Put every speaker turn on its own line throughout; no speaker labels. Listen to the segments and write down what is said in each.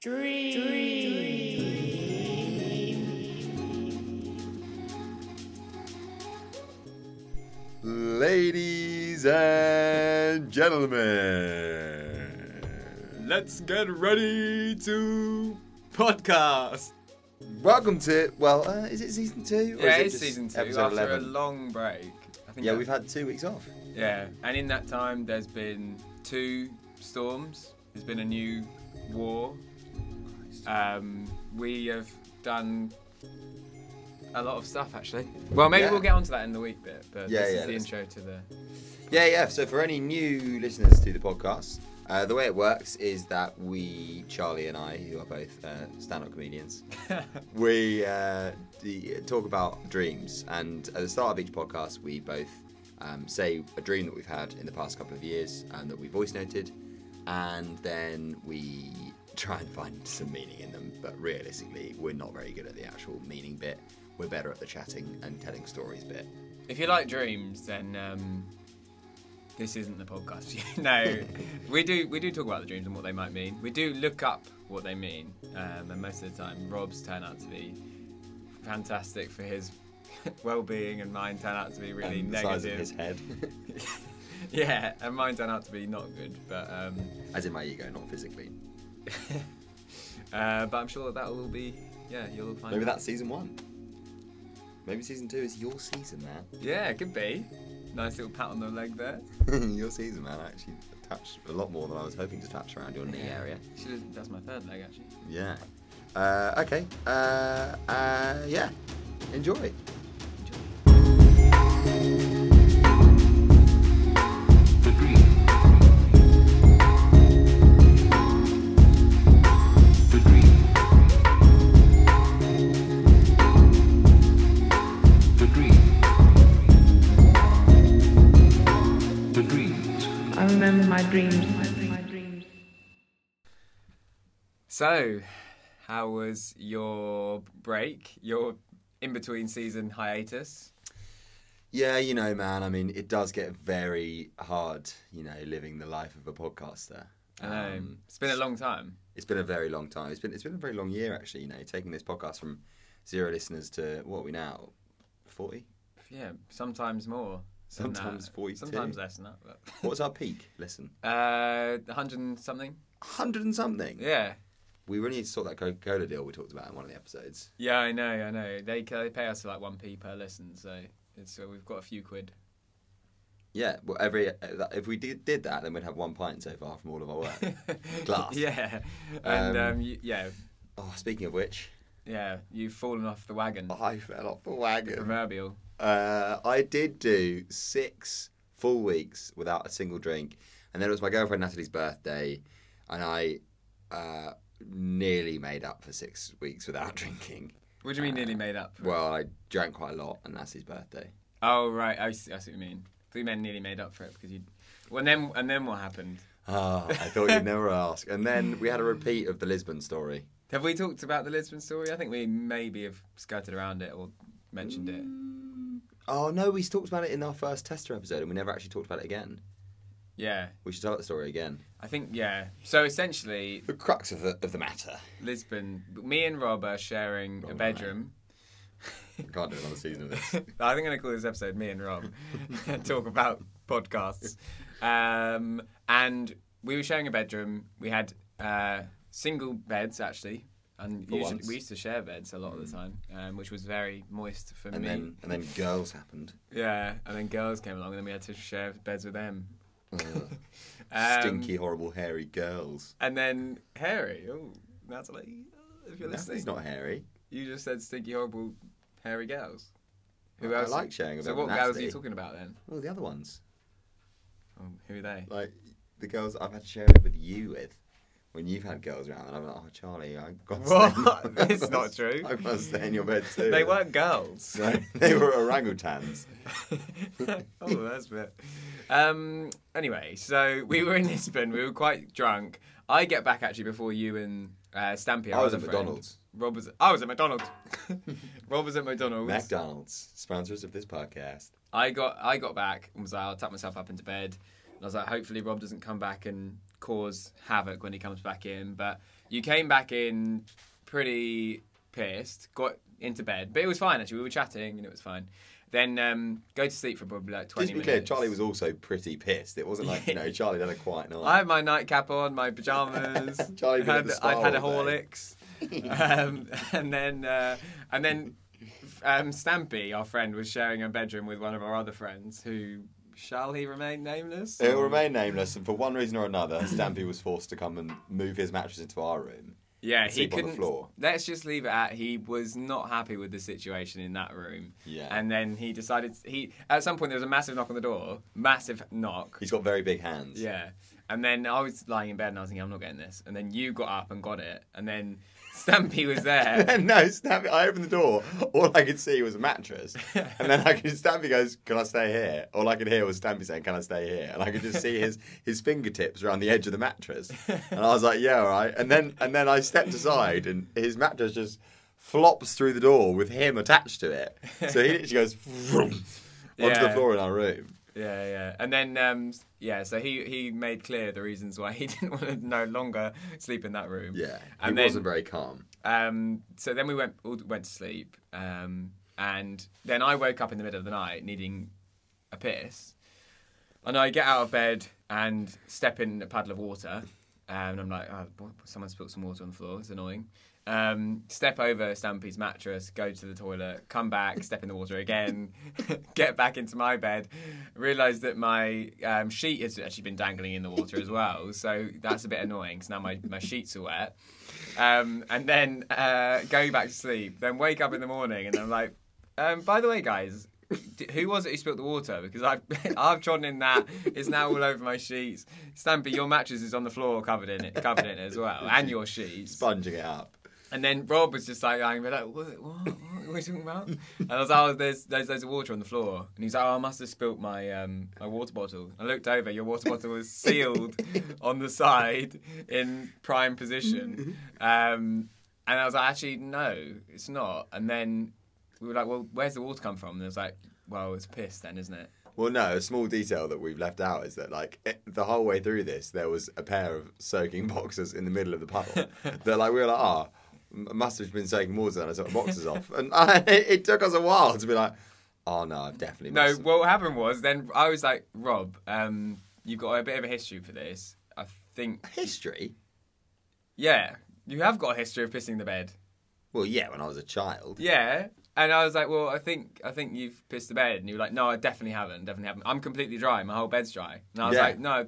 Dream. Dream.
Ladies and gentlemen,
Let's get ready to podcast.
welcome to well, uh, is it season two? Or
Yeah,
is it
it's
just
season two
Episode
after
eleven.
a long break. I think
yeah,
that-
we've had two weeks off.
yeah, and in that time, there's been two storms. There's been a new war. Um, we have done a lot of stuff actually. Well, maybe
Yeah.
we'll get onto that in the week bit, but
Yeah,
this
yeah,
is the
let's-
intro to the.
Yeah, yeah. So for any new listeners to the podcast, uh, the way it works is that we, Charlie and I, who are both uh, stand-up comedians, we uh, d- talk about dreams. And at the start of each podcast, we both um, say a dream that we've had in the past couple of years and that we voice noted, and then we try and find some meaning in them. But realistically, we're not very good at the actual meaning bit. We're better at the chatting and telling stories bit.
If you like dreams, then um, this isn't the podcast. for you. no, we do we do talk about the dreams and what they might mean. We do look up what they mean, um, and most of the time, Rob's turn out to be fantastic for his well-being, and mine turn out to be really
And Um, the
negative.
size of his head,
yeah, and mine turn out to be not good, but. Um,
as in my ego, not physically.
uh, but I'm sure that that'll all be, yeah, you'll all find.
Maybe
out.
that's season one. Maybe season two is your season, man.
Yeah, it could be. Nice little pat on the leg there.
your season, man. I actually attached a lot more than I was hoping to attach around your knee area.
She does- that's my third leg actually.
Yeah. Uh, okay. Uh, uh, yeah. Enjoy.
Enjoy.
I remember my dreams. My dreams.
So, how was your break? Your in between season hiatus?
Yeah, you know, man. I mean, it does get very hard, you know, living the life of a podcaster. Um,
I know. it's been a long time.
It's been a very long time. It's been it's been a very long year, actually. You know, taking this podcast from zero listeners to what are we now forty.
Yeah, sometimes more. than that.
Sometimes 42.
Sometimes less than that. But.
What's our peak? Listen,
Uh, 100 and something?
hundred and something.
Yeah.
We really need to sort that Coca Cola deal we talked about in one of the episodes.
Yeah, I know, I know. They, they pay us like 1p per listen, so it's uh, we've got a few quid.
Yeah, well, every if we did, did that, then we'd have one pint so far from all of our work. Glass.
yeah. And
Um,
um, you, yeah,
oh, speaking of which,
yeah, you've fallen off the wagon.
I fell off the wagon.
Proverbial.
Uh, I did do six full weeks without a single drink, and then it was my girlfriend Natalie's birthday, and I uh, nearly made up for six weeks without drinking.
What do you mean nearly made up?
Uh, Well, I drank quite a lot on Natalie's birthday.
Oh right, I see, I see what you mean. Three men nearly made up for it because you. Well, and then and then what happened?
Ah, I thought you'd never ask. And then we had a repeat of the Lisbon story.
Have we talked about the Lisbon story? I think we maybe have skirted around it or mentioned it.
Oh no, we talked about it in our first tester episode, and we never actually talked about it again.
Yeah,
We should tell that story again.
I think yeah. So essentially,
The crux of the of the matter.
Lisbon. Me and Rob are sharing a
and
bedroom.
I can't do another season of this.
I think I'm going to call this episode "Me and Rob Talk About Podcasts." Um, and we were sharing a bedroom. We had uh, single beds actually, and
For
usually,
once. Mm.
we used to share beds a lot of the time, um, which was very moist for
And
me.
then and then girls happened.
Yeah, and then girls came along, and then we had to share beds with them.
Ugh.
Um,
Oh, Stinky, horrible, hairy girls.
And then hairy. Oh, Natalie, if you're
No,
listening,
it's not hairy.
you just said stinky, horrible, hairy girls. Who
I- I
else?
like sharing a
So
bed
what
with
girls are you
Natalie.
talking about then?
Well, the other ones,
Oh, who are they?
like the girls I've had to share it with you with. When you've had girls around, and I'm like, oh Charlie, I got. to
What?
stay in your-
It's not true.
I must stay in your bed too.
They weren't girls.
No, they were orangutans.
oh, that's bit. Um. Anyway, so we were in Lisbon. We were quite drunk. I get back actually before you and uh, Stampy. our
I was
other
at
friend.
McDonald's.
Rob was. I was at McDonald's. Rob was at McDonald's.
McDonald's, sponsors of this podcast.
I got I got back and was like, I'll tuck myself up into bed. And I was like, hopefully Rob doesn't come back and cause havoc when he comes back in. But you came back in pretty pissed, got into bed, but it was fine actually. We were chatting and it was fine. Then um, go to sleep for probably like
Just
twenty
to be
minutes.
clear, Charlie was also pretty pissed. It wasn't like, you know, Charlie had a quiet
I
night.
had my nightcap on, my pajamas.
Charlie been at
had,
the spa
I'd had a
all day.
Horlicks, um, and then uh, and then um, Stampy, our friend, was sharing a bedroom with one of our other friends who. Shall he remain nameless?
It will
Or-
remain nameless, and for one reason or another, Stampy was forced to come and move his mattress into our room.
Yeah, he
sleep on the
couldn't.
floor.
Let's just leave it at he was not happy with the situation in that room.
Yeah.
And then he decided he at some point there was a massive knock on the door, massive knock.
He's got very big hands.
Yeah. And then I was lying in bed and I was thinking I'm not getting this. And then you got up and got it. And then Stampy was there.
And no, Stampy, I opened the door. All I could see was a mattress. And then I could, Stampy goes, Can I stay here? All I could hear was Stampy saying, Can I stay here? And I could just see his, his fingertips around the edge of the mattress. And I was like, Yeah, all right. And then, and then I stepped aside, and his mattress just flops through the door with him attached to it. So he literally goes vroom, onto the
Yeah.
floor in our room.
yeah, yeah. And then um yeah, so he he made clear the reasons why he didn't want to no longer sleep in that room.
Yeah.
And
he
then-
wasn't very calm.
Um, so then we went all went to sleep, um, and then I woke up in the middle of the night needing a piss, and I get out of bed and step in a puddle of water, and I'm like, oh, what- someone spilled some water on the floor. It's annoying. Um, step over Stampy's mattress, go to the toilet, come back, step in the water again, get back into my bed, realise that my um, sheet has actually been dangling in the water as well. So that's a bit annoying because now my, my sheets are wet um, and then uh, go back to sleep. Then wake up in the morning, and I'm like, um, by the way, guys, d- who was it who spilled the water? Because I've I've trodden in that. It's now all over my sheets. Stampy, your mattress is on the floor, covered in it, covered in it as well, and your sheets.
Sponging it up.
And then Rob was just like, I'm like, what, what, what are we talking about? And I was like, oh, there's, there's loads of water on the floor. And he's like, oh, I must have spilt my um, my water bottle. I looked over, your water bottle was sealed on the side in prime position. Um, and I was like, actually, no, it's not. And then we were like, well, where's the water come from? And I was like, well, it's piss then, isn't it?
Well, no, a small detail that we've left out is that, like, it, the whole way through this, there was a pair of soaking boxers in the middle of the puddle. that, like, we were like, ah, m must have been soaking water, and I took the boxers off. And I, it took us a while to be like, oh, no, I've definitely
No,
must-
what happened was then I was like, Rob, um, you've got a bit of a history for this. I think,
History?
yeah, you have got a history of pissing the bed.
Well, yeah, when I was a child.
Yeah. And I was like, well, I think I think you've pissed the bed. And you were like, no, I definitely haven't. Definitely haven't. I'm completely dry. My whole bed's dry. And I was
Yeah.
like, no, I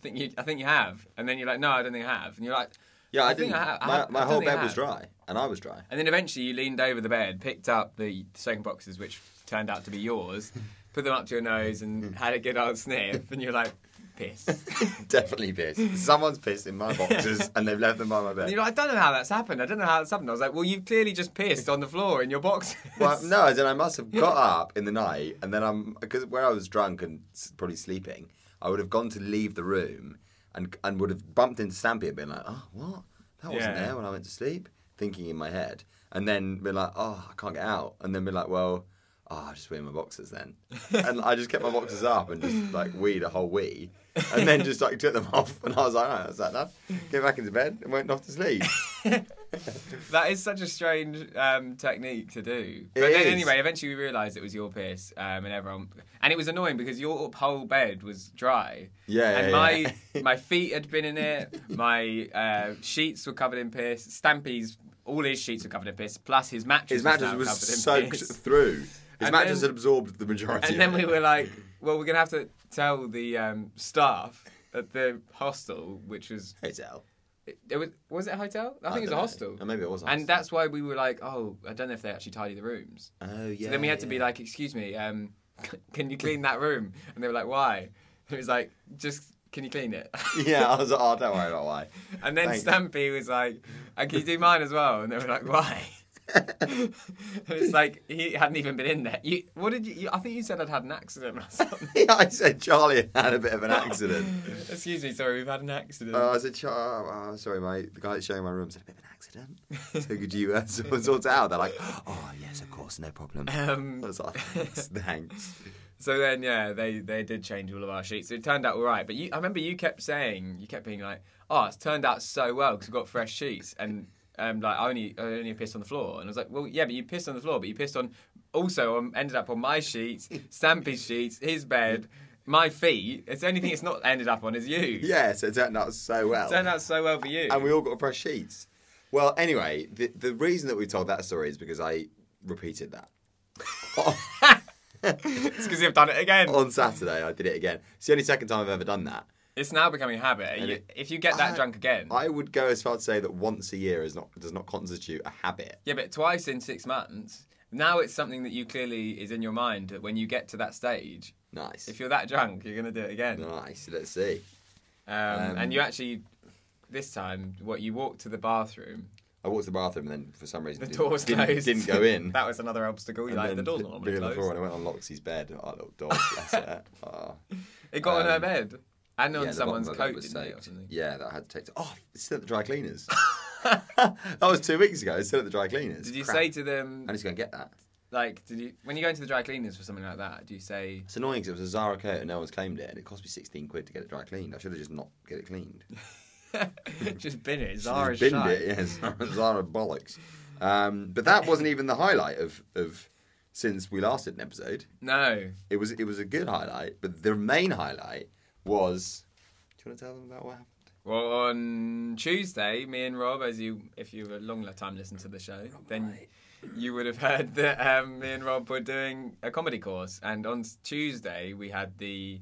think you I think you have. And then you're like, no, I don't think I have. And you're like,
Yeah, I,
think
didn't.
I ha- I
my
have-
my
I don't
whole
think I
bed was
have.
dry, and I was dry.
And then eventually you leaned over the bed, picked up the second boxes, which turned out to be yours, put them up to your
Mm.
nose, and had a good old sniff. And you're like, piss. and
definitely pissed. Someone's pissed in my boxers, and they've left them by my bed.
you're like, I don't know how that's happened. I don't know how that's happened. I was like, well, you've clearly just pissed on the floor in your boxes.
Well, no, as in I must have got up in the night, and then I'm because where I was drunk and s- probably sleeping, I would have gone to leave the room, and and would have bumped into Stampy and been like, "Oh, what? That wasn't
Yeah.
there when I went to sleep." Thinking in my head, and then be like, "Oh, I can't get out," and then be like, "Well, oh, I just wear my boxers then," and I just kept my boxers up and just like weed a whole wee, and then just like took them off, and I was like, "Oh, that's that enough." Get back into bed and went off to sleep.
That is such a strange um, technique to do. But
It
then
is.
anyway, eventually we realised it was your piss, um, and everyone, and it was annoying because your whole bed was dry.
Yeah,
and
yeah,
my
yeah.
my feet had been in it. My uh, sheets were covered in piss. Stampy's all his sheets were covered in piss. Plus his mattress.
His
was,
mattress
now
was
covered
soaked
in piss.
through. His
And
mattress
then-
had absorbed the majority.
And
of
then
it.
we were like, well, we're gonna have to tell the um, staff at the hostel, which was
hotel.
it, it was was it a hotel? I
I
think it was a
dunno.
hostel.
Uh, maybe it was a hostel.
And that's why we were like, oh, I don't know if they actually tidy the rooms.
Oh yeah.
So then we had to be like, "Excuse me, um, c- can you clean that room?" And they were like, "Why?" And it was like, "Just can you clean it?"
yeah. I was like, oh, don't worry about why.
And then
Thanks.
Stampy was like, "And can you do mine as well?" And they were like, "Why?" and it's like he hadn't even been in there. You, what did you, you? I think you said I'd had an accident or something.
yeah, I said Charlie had a bit of an accident.
Excuse me, sorry, we've had an accident.
Uh, I said, Char- oh, oh, sorry, mate. The guy that's showing my room said a bit of an accident. So could you uh, sort sort it out? They're like, oh yes, of course, no problem.
Um,
I was like, thanks, thanks.
So then, yeah, they they did change all of our sheets. It turned out all right. But you, I remember you kept saying, you kept being like, "Oh, it's turned out so well because we've got fresh sheets." And um, like, I only I only pissed on the floor, and I was like, "Well, yeah, but you pissed on the floor, but you pissed on also on, ended up on my sheets, Stampy's sheets, his bed, my feet. It's the only thing it's not ended up on is you.
Yeah, so it turned out so well.
It turned out so well for you.
and we all got fresh sheets. Well, anyway, the, the reason that we told that story is because I repeated that.
it's because you've done it again.
On Saturday, I did it again. It's the only second time I've ever done that.
It's now becoming a habit. You-
it-
if you get that
I-
drunk again,
I would go as far to say that once a year is not does not constitute a habit.
Yeah, but twice in six months. Now it's something that you clearly is in your mind that when you get to that stage,
Nice.
if you're that drunk, you're gonna do it again.
Nice. Let's see.
Um,
Um,
and you actually, this time, what you walked to the bathroom,
I walked to the bathroom and then for some reason
the
didn't-
door's
didn't,
closed.
didn't go in.
that was another obstacle.
And
You're like, the
then
door's
b-
not
being
normally
on the floor
closed.
and I went on Loxie's bed. Our little dog, bless her. Oh.
It got on her
Um,
bed and on
Yeah, the
someone's
bottom of it
coat,
was
didn't it, or
soaked.
something?
Yeah, that I had to take. To, oh, it's still at the dry cleaners. that was two weeks ago. It's still at the dry cleaners.
Did you
Crap.
say to them
I need to go and get that.
like, did you when you go into the dry cleaners for something like that? Do you say
It's annoying because it was a Zara coat and no one's claimed it, and it cost me sixteen quid to get it dry cleaned. I should have just not get it cleaned.
just bin it?
Just
Zara's
binned
shy.
it. Yeah, Zara, Zara bollocks. Um, but that wasn't even the highlight of of since we last did an episode.
No,
It was it was a good highlight, but the main highlight was. Do you want to tell them about what happened?
Well, on Tuesday, me and Rob, as you, if you were a long time listening to the show, then you would have heard that um, me and Rob were doing a comedy course. And on s- Tuesday, we had the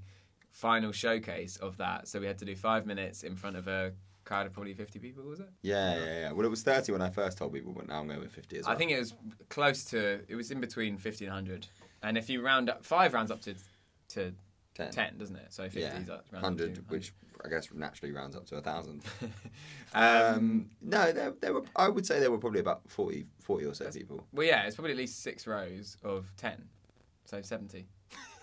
final showcase of that. So we had to do five minutes in front of a crowd of probably 50 people, was it?
Yeah, yeah, yeah. Well, it was thirty when I first told people, but now I'm going with fifty as well.
I think it was close to, it was in between 50 and 100. And if you round up, five rounds up to, to 10, doesn't it? So 50
yeah,
is up- round up to
100, which I guess naturally rounds up to a 1,000.
Um,
Um, no, there, there were, I would say there were probably about 40, 40 or so people.
well, yeah, it's probably at least six rows of 10. So 70.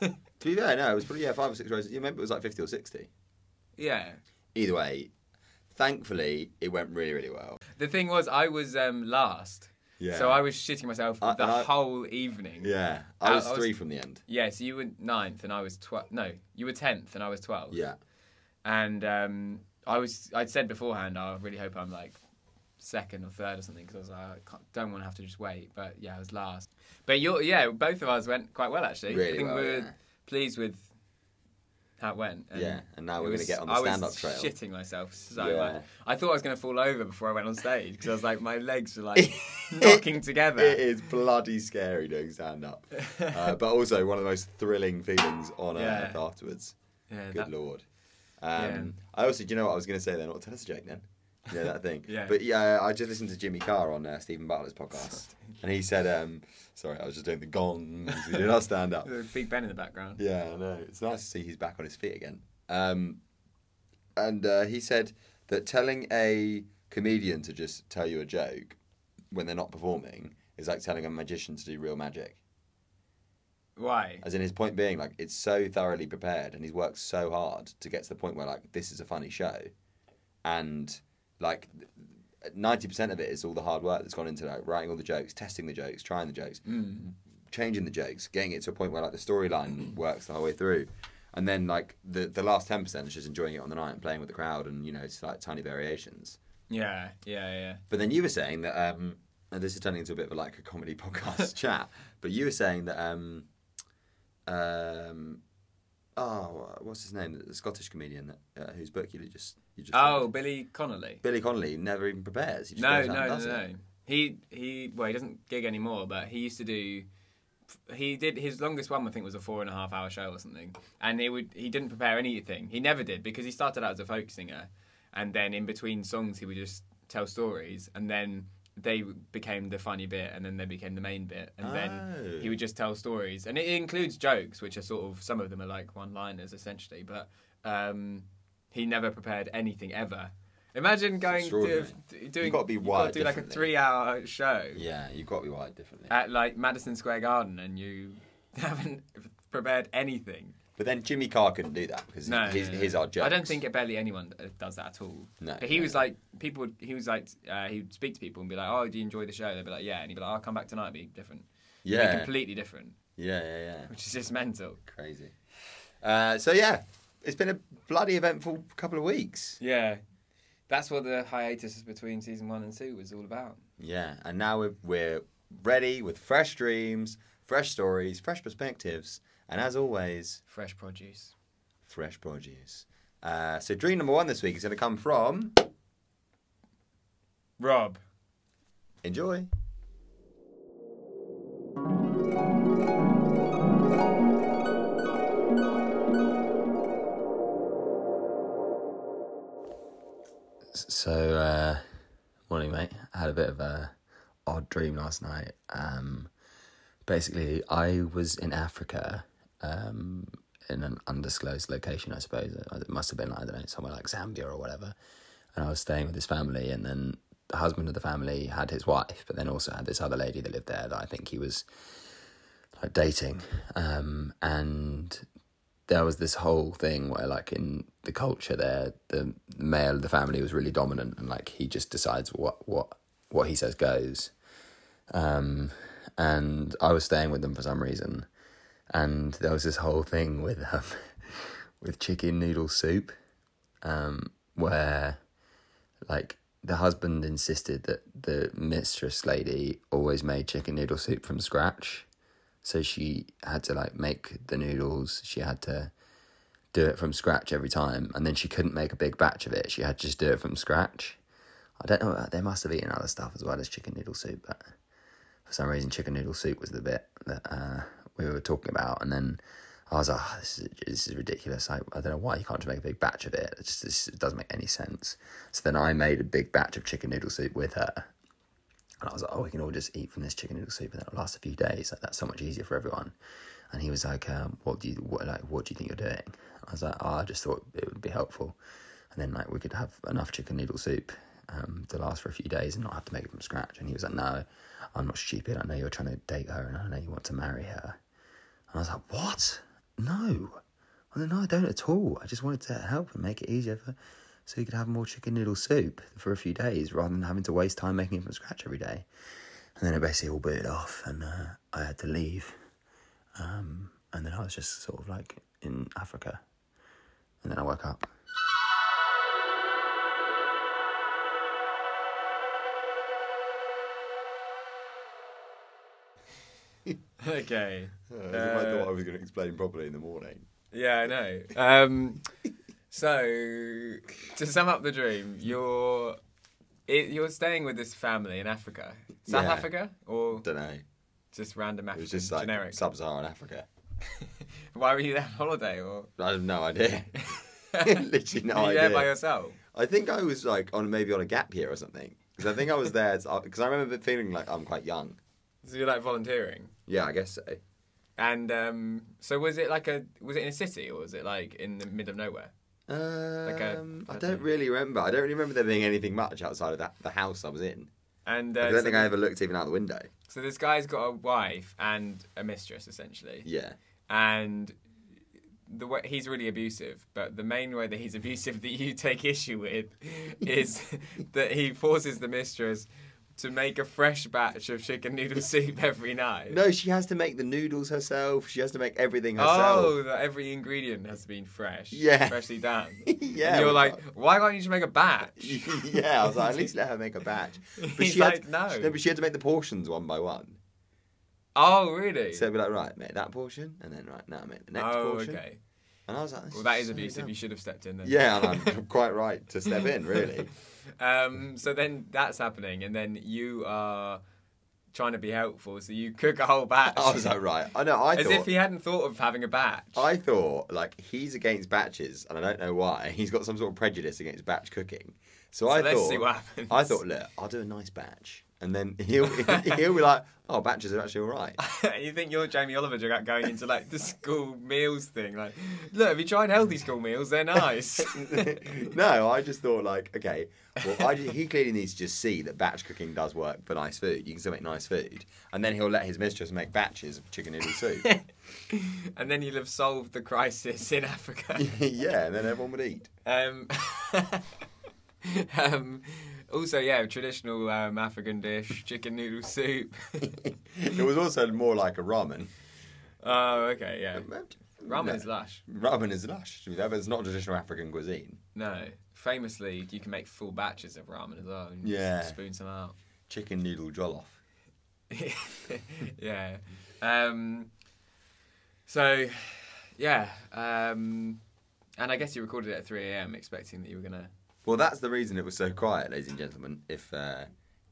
To be fair, no, it was probably, yeah, five or six rows. Yeah, maybe it was like 50 or 60.
Yeah.
Either way, thankfully, it went really, really well.
The thing was, I was um, last.
Yeah.
So I was shitting myself
I-
the
I-
whole evening.
Yeah. I
I-
was
I was-
three from the end.
Yeah, so you were ninth and I was 12. No, you were 10th and I was 12.
Yeah.
And um, I was, I'd said beforehand, I really hope I'm like second or third or something because I was like, I can't, don't want to have to just wait. But yeah, I was last. But you're, yeah, both of us went quite well actually.
Really
I think
well,
we were
yeah.
pleased with how it went. And
yeah. And now
it
we're going to
was-
get on the
I was
stand up trail.
Shitting myself so
Yeah.
much. I thought I was going to fall over before I went on stage because I was like, my legs were like knocking together.
It is bloody scary doing stand up. uh, but also one of the most thrilling feelings on
Yeah.
earth afterwards.
Yeah,
Good
that-
lord. Um, I also, do you know what I was going to say then? What tennis Jake then? You know that thing.
Yeah.
But yeah, I just listened to Jimmy Carr on uh, Stephen Butler's podcast, and he said, um, "Sorry, I was just doing the gong. We did not stand up."
There's a Big Ben in the background.
Yeah, I know. It's nice to see he's back on his feet again. Um, and uh, he said that telling a comedian to just tell you a joke when they're not performing is like telling a magician to do real magic.
Why?
As in his point being, like it's so thoroughly prepared and he's worked so hard to get to the point where like this is a funny show, and like ninety percent of it is all the hard work that's gone into like writing all the jokes, testing the jokes, trying the jokes, changing the jokes, getting it to a point where like the storyline works the whole way through, and then like the the last ten percent is just enjoying it on the night and playing with the crowd and you know it's like tiny variations.
Yeah, yeah, yeah.
But then you were saying that um, and this is turning into a bit of a, like a comedy podcast chat. But you were saying that um, um, oh, what's his name? The Scottish comedian that, uh, whose book you just you just
Oh,
read.
Billy Connolly.
Billy Connolly never even prepares. He just
No,
goes out
no,
and
no,
does
no.
it.
He he. Well, he doesn't gig anymore, but he used to do. He did his longest one. I think was a four and a half hour show or something, and he would he didn't prepare anything. He never did because he started out as a folk singer, and then in between songs he would just tell stories, and then they became the funny bit, and then they became the main bit, and
Oh.
then he would just tell stories, and it includes jokes, which are sort of some of them are like one liners essentially, but um, he never prepared anything ever. Imagine going to
extraordinary.
d- doing
You've gotta be
you've
wired
do like a
differently.
three hour show
Yeah, you've got to be wired differently.
at like Madison Square Garden and you haven't prepared anything.
but then Jimmy Carr couldn't do that because
No,
his,
no, no.
his are jokes.
I don't think it barely anyone uh, does that at all.
No,
but he
no,
was
no.
like people. would- He was like uh, he'd speak to people and be like, "Oh, do you enjoy the show?" They'd be like, "Yeah," and he'd be like, "I'll come back tonight, it'll be different." They're
Yeah.
completely different,
yeah, yeah, yeah.
which is just mental.
Crazy. Uh, so yeah, it's been a bloody eventful couple of weeks.
Yeah. That's what the hiatus between season one and two was all about.
Yeah, and now we're, we're ready with fresh dreams, fresh stories, fresh perspectives, and as always,
Fresh produce.
fresh produce. Uh, so dream number one this week is going to come from
Rob.
enjoy. So, uh, morning, mate. I had a bit of a odd dream last night. Um, basically, I was in Africa, um, in an undisclosed location, I suppose. Uh, It must have been, I don't know, somewhere like Zambia or whatever. And I was staying with his family, and then the husband of the family had his wife, but then also had this other lady that lived there that I think he was like dating. Um, and there was this whole thing where like in the culture there the male of the family was really dominant and like he just decides what what what he says goes um and i was staying with them for some reason and there was this whole thing with um with chicken noodle soup um where like the husband insisted that the mistress lady always made chicken noodle soup from scratch so she had to like make the noodles she had to do it from scratch every time and then she couldn't make a big batch of it she had to just do it from scratch i don't know they must have eaten other stuff as well as chicken noodle soup but for some reason chicken noodle soup was the bit that uh, we were talking about and then i was like oh, this, is, this is ridiculous I, I don't know why you can't just make a big batch of it it just this doesn't make any sense so then i made a big batch of chicken noodle soup with her and I was like, oh, we can all just eat from this chicken noodle soup, and that'll last a few days. Like that's so much easier for everyone. And he was like, um, what do you what like what do you think you're doing? I was like, oh, I just thought it would be helpful, and then like we could have enough chicken noodle soup um, to last for a few days and not have to make it from scratch. And he was like, no, I'm not stupid. I know you're trying to date her, and I know you want to marry her. And I was like, what? No. I was like, no, I don't at all. I just wanted to help and make it easier for, so you could have more chicken noodle soup for a few days rather than having to waste time making it from scratch every day. And then it basically all booted off and uh, I had to leave. Um, and then I was just sort of like in Africa. And then I woke up.
okay.
I
Uh,
thought I was going to explain properly in the morning.
Yeah, I know. Um, so, to sum up the dream, you're it, you're staying with this family in Africa, South
Yeah.
Africa, or
Don't know.
just random
It
African,
was just like
generic.
sub-Saharan Africa.
Why were you there on holiday, or
I have no idea. Literally no
were you
idea.
there by yourself?
I think I was like on maybe on a gap year or something because I think I was there because I remember feeling like I'm quite young.
So you're like volunteering,
Yeah, I guess so.
and um, so was it like a was it in a city or was it like in the middle of nowhere?
Um, I
I
don't
think.
really remember. I don't really remember there being anything much outside of that the house I was in.
And uh,
I don't
so,
think I ever looked even out the window.
so this guy's got a wife and a mistress essentially.
Yeah,
and the way he's really abusive but the main way that he's abusive that you take issue with is that he forces the mistress to make a fresh batch of chicken noodle soup every night
no, she has to make the noodles herself. She has to make everything herself.
Oh, that every ingredient has been fresh.
Yeah.
Freshly done.
yeah,
and you're
well, uh,
like, why can't you just make a batch?
yeah. I was like, at least let her make a batch.
He's
she had-
like, no.
she- but she had to make the portions one by one.
Oh, really?
So it'd be like, right, make that portion, and then right now make the next
oh,
portion.
okay.
And I was like, this
Well, that is
so
abusive.
dumb.
You should have stepped in then.
Yeah, and I'm quite right to step in, really.
Um, so then that's happening, and then you are trying to be helpful, so you cook a whole batch.
I was like, right. I know. I
As
thought.
if he hadn't thought of having a batch.
I thought like he's against batches, and I don't know why. He's got some sort of prejudice against batch cooking. So, I
let's
thought.
see what happens.
I thought, look, I'll do a nice batch, and then he'll he'll be like, oh, batches are actually all right.
you think you're Jamie Oliver you're going into like the school meals thing? Like, look, have you tried healthy school meals? They're nice.
no, I just thought like, okay, well, I, he clearly needs to just see that batch cooking does work for nice food. You can still make nice food, and then he'll let his mistress make batches of chicken noodle soup.
and then you'll have solved the crisis in Africa.
yeah, and then everyone would eat.
um, um, Also, yeah, traditional um, African dish, chicken noodle soup.
it was also more like a ramen.
oh, okay, yeah. Ramen is lush.
Ramen is lush. To be fair, but It's not traditional African cuisine.
No, famously, you can make full batches of ramen as well. And just
Yeah.
Spoon some out.
Chicken noodle jollof.
yeah. Um, so, yeah. Um, and I guess you recorded it at 3 a.m. expecting that you were going to.
Well, that's the reason it was so quiet, ladies and gentlemen. If uh,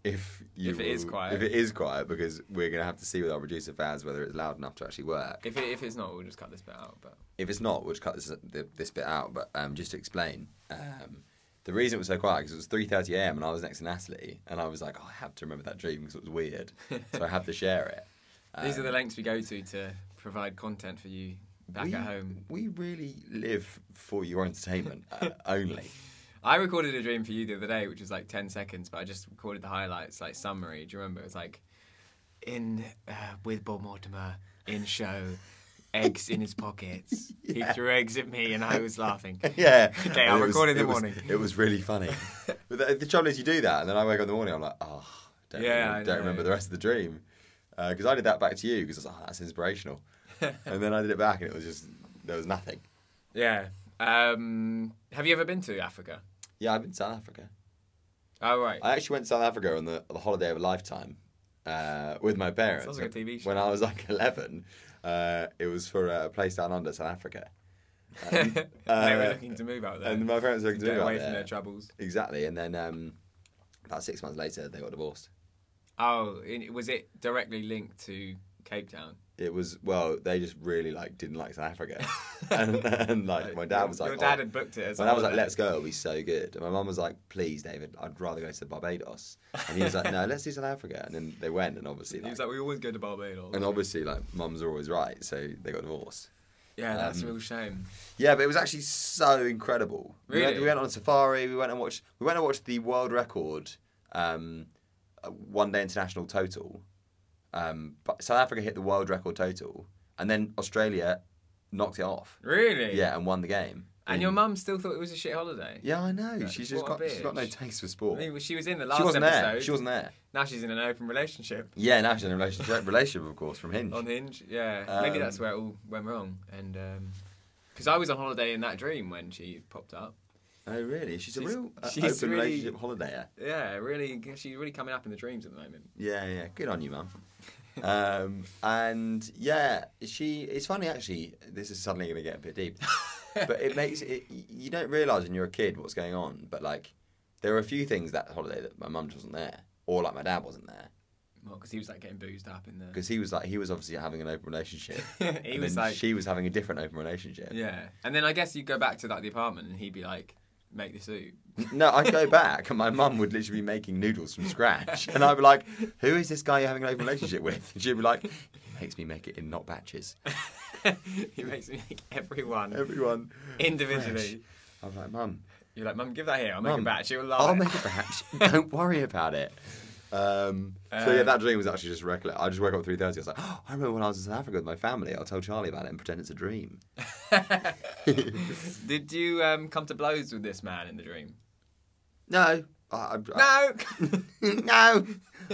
if you
If it is quiet.
if it is quiet, because we're gonna have to see with our producer fans whether it's loud enough to actually work.
If, it, if it's not, we'll just cut this bit out. But
If it's not, we'll just cut this th- this bit out. But um, just to explain, um, the reason it was so quiet because it was three thirty a.m. and I was next to Natalie, and I was like, oh, I have to remember that dream because it was weird, so I had to share it.
these are the
Um,
lengths we go to to provide content for you back
we,
at home.
We really live for your entertainment uh, only.
I recorded a dream for you the other day, which was like 10 seconds, but I just recorded the highlights, like summary. Do you remember? It was like, in uh, with Bob Mortimer, in show, eggs in his pockets. He threw eggs at me, and I was laughing.
Yeah.
Okay,
And
I'll
it
record in the
it was-
morning.
It was really funny. but the, the trouble is, you do that, and then I wake up in the morning, I'm like, oh, don't,
Yeah,
remember-
I
don't
know.
remember the rest of the dream. Because I did that back to you, because I was like, oh, that's inspirational. and then I did it back, and it was just, there was nothing.
Yeah. Um, have you ever been to Africa?
Yeah, I've been to South Africa.
Oh, right.
I actually went to South Africa on the, the holiday of a lifetime uh, with my parents.
Sounds like a TV show.
When I was like 11, uh, it was for a place down under, South Africa. Um,
they were
uh,
looking to move out there.
And my parents were going to
get
move out
away
there.
from their troubles.
Exactly, and then um, about six months later, they got divorced.
Oh, in, was it directly linked to Cape Town?
It was well, they just really like didn't like South Africa, and, and like my dad was like,
Your dad
oh,
had booked it as
my
a
dad was like,
holiday.
let's go, it'll be so good. And my mum was like, please, David, I'd rather go to Barbados. And he was like, no, let's do South Africa. And then they went, and obviously,
He was
like-
like, we always go to Barbados.
and obviously, like mums are always right, so they got divorced.
yeah, that's
um,
a real shame.
Yeah, but it was actually so incredible. We went,
Really?
we went on safari. We went and watched. We went and watched the world record um, uh, one day international total. Um, but South Africa hit the world record total, and then Australia knocked it off.
Really?
Yeah, and won the game.
And
In-
your mum still thought it was a shit holiday.
Yeah, I know.
Yeah,
she's just
what
got.
a
She's got no
bitch.
taste for
I
sport.
mean, she was in the last
she wasn't
episode.
there. She wasn't there.
Now she's in an open relationship
Yeah, now she's in a relationship, relationship of course, from Hinge.
on Hinge. Yeah, maybe
Um,
that's where it all went wrong. And because I was on holiday in that dream when she popped up.
Oh, really? She's, a
She's-
real uh,
she's
open
really-
relationship holidayer.
Yeah, really, she's really coming up in the dreams at the moment.
Yeah, yeah. Good on you, mum. um, and yeah, she. It's funny actually. This is suddenly going to get a bit deep, but it makes it. You don't realise when you're a kid what's going on. But like, there were a few things that holiday that my mum just wasn't there, or like my dad wasn't there
Well, because he was like getting boozed up in the.
because he was like he was obviously having an open relationship.
he
and
was
then
like,
she was having a different open relationship.
yeah, and then I guess you go back to like the apartment, and he'd be like, "Make the soup."
No, I'd go back and my mum would literally be making noodles from scratch. And I'd be like, Who is this guy you're having an open relationship with? And she'd be like, He makes me make it in not batches.
he makes me like everyone
Everyone
individually.
fresh. I'm like, Mum,
You're like, "Mum, give that here. I'll make
Mum,
a batch. You'll love
I'll
it."
make a batch. Don't worry about it. Um, so yeah,
Um,
that dream was actually just recollect. I just woke up at three thirty. I was like, oh, I remember when I was in South Africa with my family. I'll tell Charlie about it and pretend it's a dream.
Did you um, come to blows with this man in the dream?
No, I, I,
No.
no.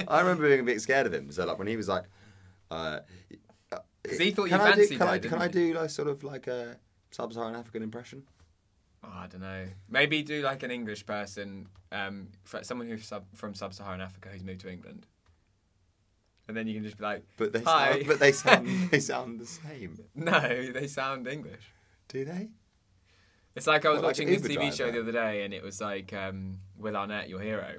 I remember being a bit scared of him. So like when he was like, because uh,
'Cause he thought you
can I do-
fancied
can I,
her, didn't
can I
he?
do like sort of like a sub-Saharan African impression?
Oh, I don't know. Maybe do like an English person, um, fr- someone who's sub- from sub-Saharan Africa who's moved to England, and then you can just be like,
But they
Hi.
sound, but they sound they sound the same,
"No, they sound English."
do they?
It's like I was
Well, like
watching
an
this TV
Uber
show the
driver.
other day, and it was like um, Will Arnett, your hero,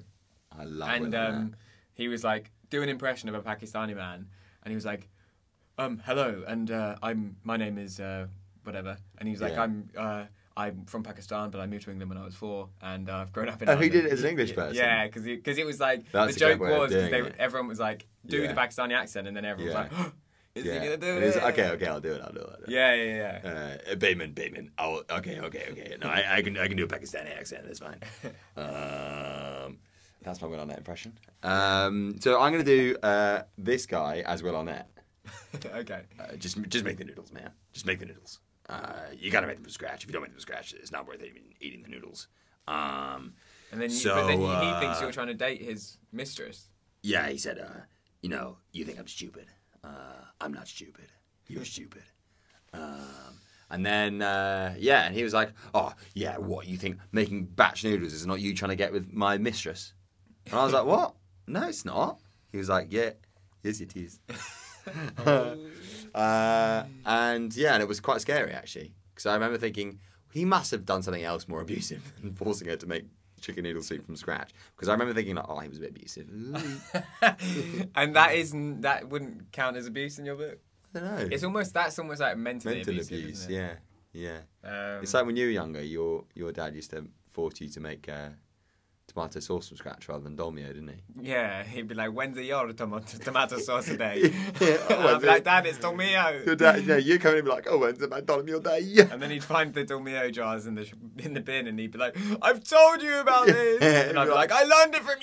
I love Ah, Will
and
Arnett.
um, he was like do an impression of a Pakistani man, and he was like, um, "Hello, and uh, I'm my name is uh, whatever," and he was like,
Yeah.
"I'm." Uh, I'm from Pakistan, but I moved to England when I was four, and uh, I've grown up in.
Oh, he
London."
did it as an English
Y-
person?
Yeah, because it was like
That's
the
a good
joke
way of
was 'cause
doing
they,
it.
everyone was like, "Do
Yeah.
the Pakistani accent," and then everyone was
Yeah.
like, "Is he gonna do
It
it?"
is- okay, okay, I'll do it. I'll do it. I'll do it.
Yeah, yeah, yeah.
Uh, Bayman, Bayman. Oh, okay, okay, okay. No, I, I can, I can do a Pakistani accent. That's fine. Um, that's my Will Arnett impression. Um, so I'm gonna do uh, this guy as Will Arnett.
okay.
Uh, just, just make the noodles, man. Just make the noodles. Uh, you gotta make them from scratch. If you don't make them from scratch, it's not worth even eating the noodles. Um,
And then, you,
So,
but then he thinks
uh,
you're trying to date his mistress.
Yeah, he said, uh, you know, you think I'm stupid. Uh, I'm not stupid. You're stupid. Um, and then, uh, yeah, and he was like, oh, yeah, what? You think making batch noodles is not you trying to get with my mistress? And I was like, what? No, it's not. He was like, yeah, yes, it is. uh, and yeah, and it was quite scary, actually. Because I remember thinking, he must have done something else more abusive than forcing her to make chicken noodle soup from scratch. Because I remember thinking, like, oh, he was a bit abusive. Ooh.
and that isn't that wouldn't count as abuse in your book.
I don't know.
It's almost that's almost like mentally
mental
abusive,
abuse.
isn't it?
Yeah, yeah.
Um,
it's like when you were younger, your your dad used to force you to make uh, tomato sauce from scratch rather than dolmio, didn't he?
yeah, he'd be like, "When's your tomato, tomato sauce today?"
Yeah,
I'd
when's
be
it?
like, "Dad, it's Dolmio."
dad, yeah, you come in and be like, oh, when's it my dolmio day?
And then he'd find the Dolmio jars in the sh- in the bin, and he'd be like, "I've told you about this,"
Yeah,
and I'd be
right.
like, "I learned it from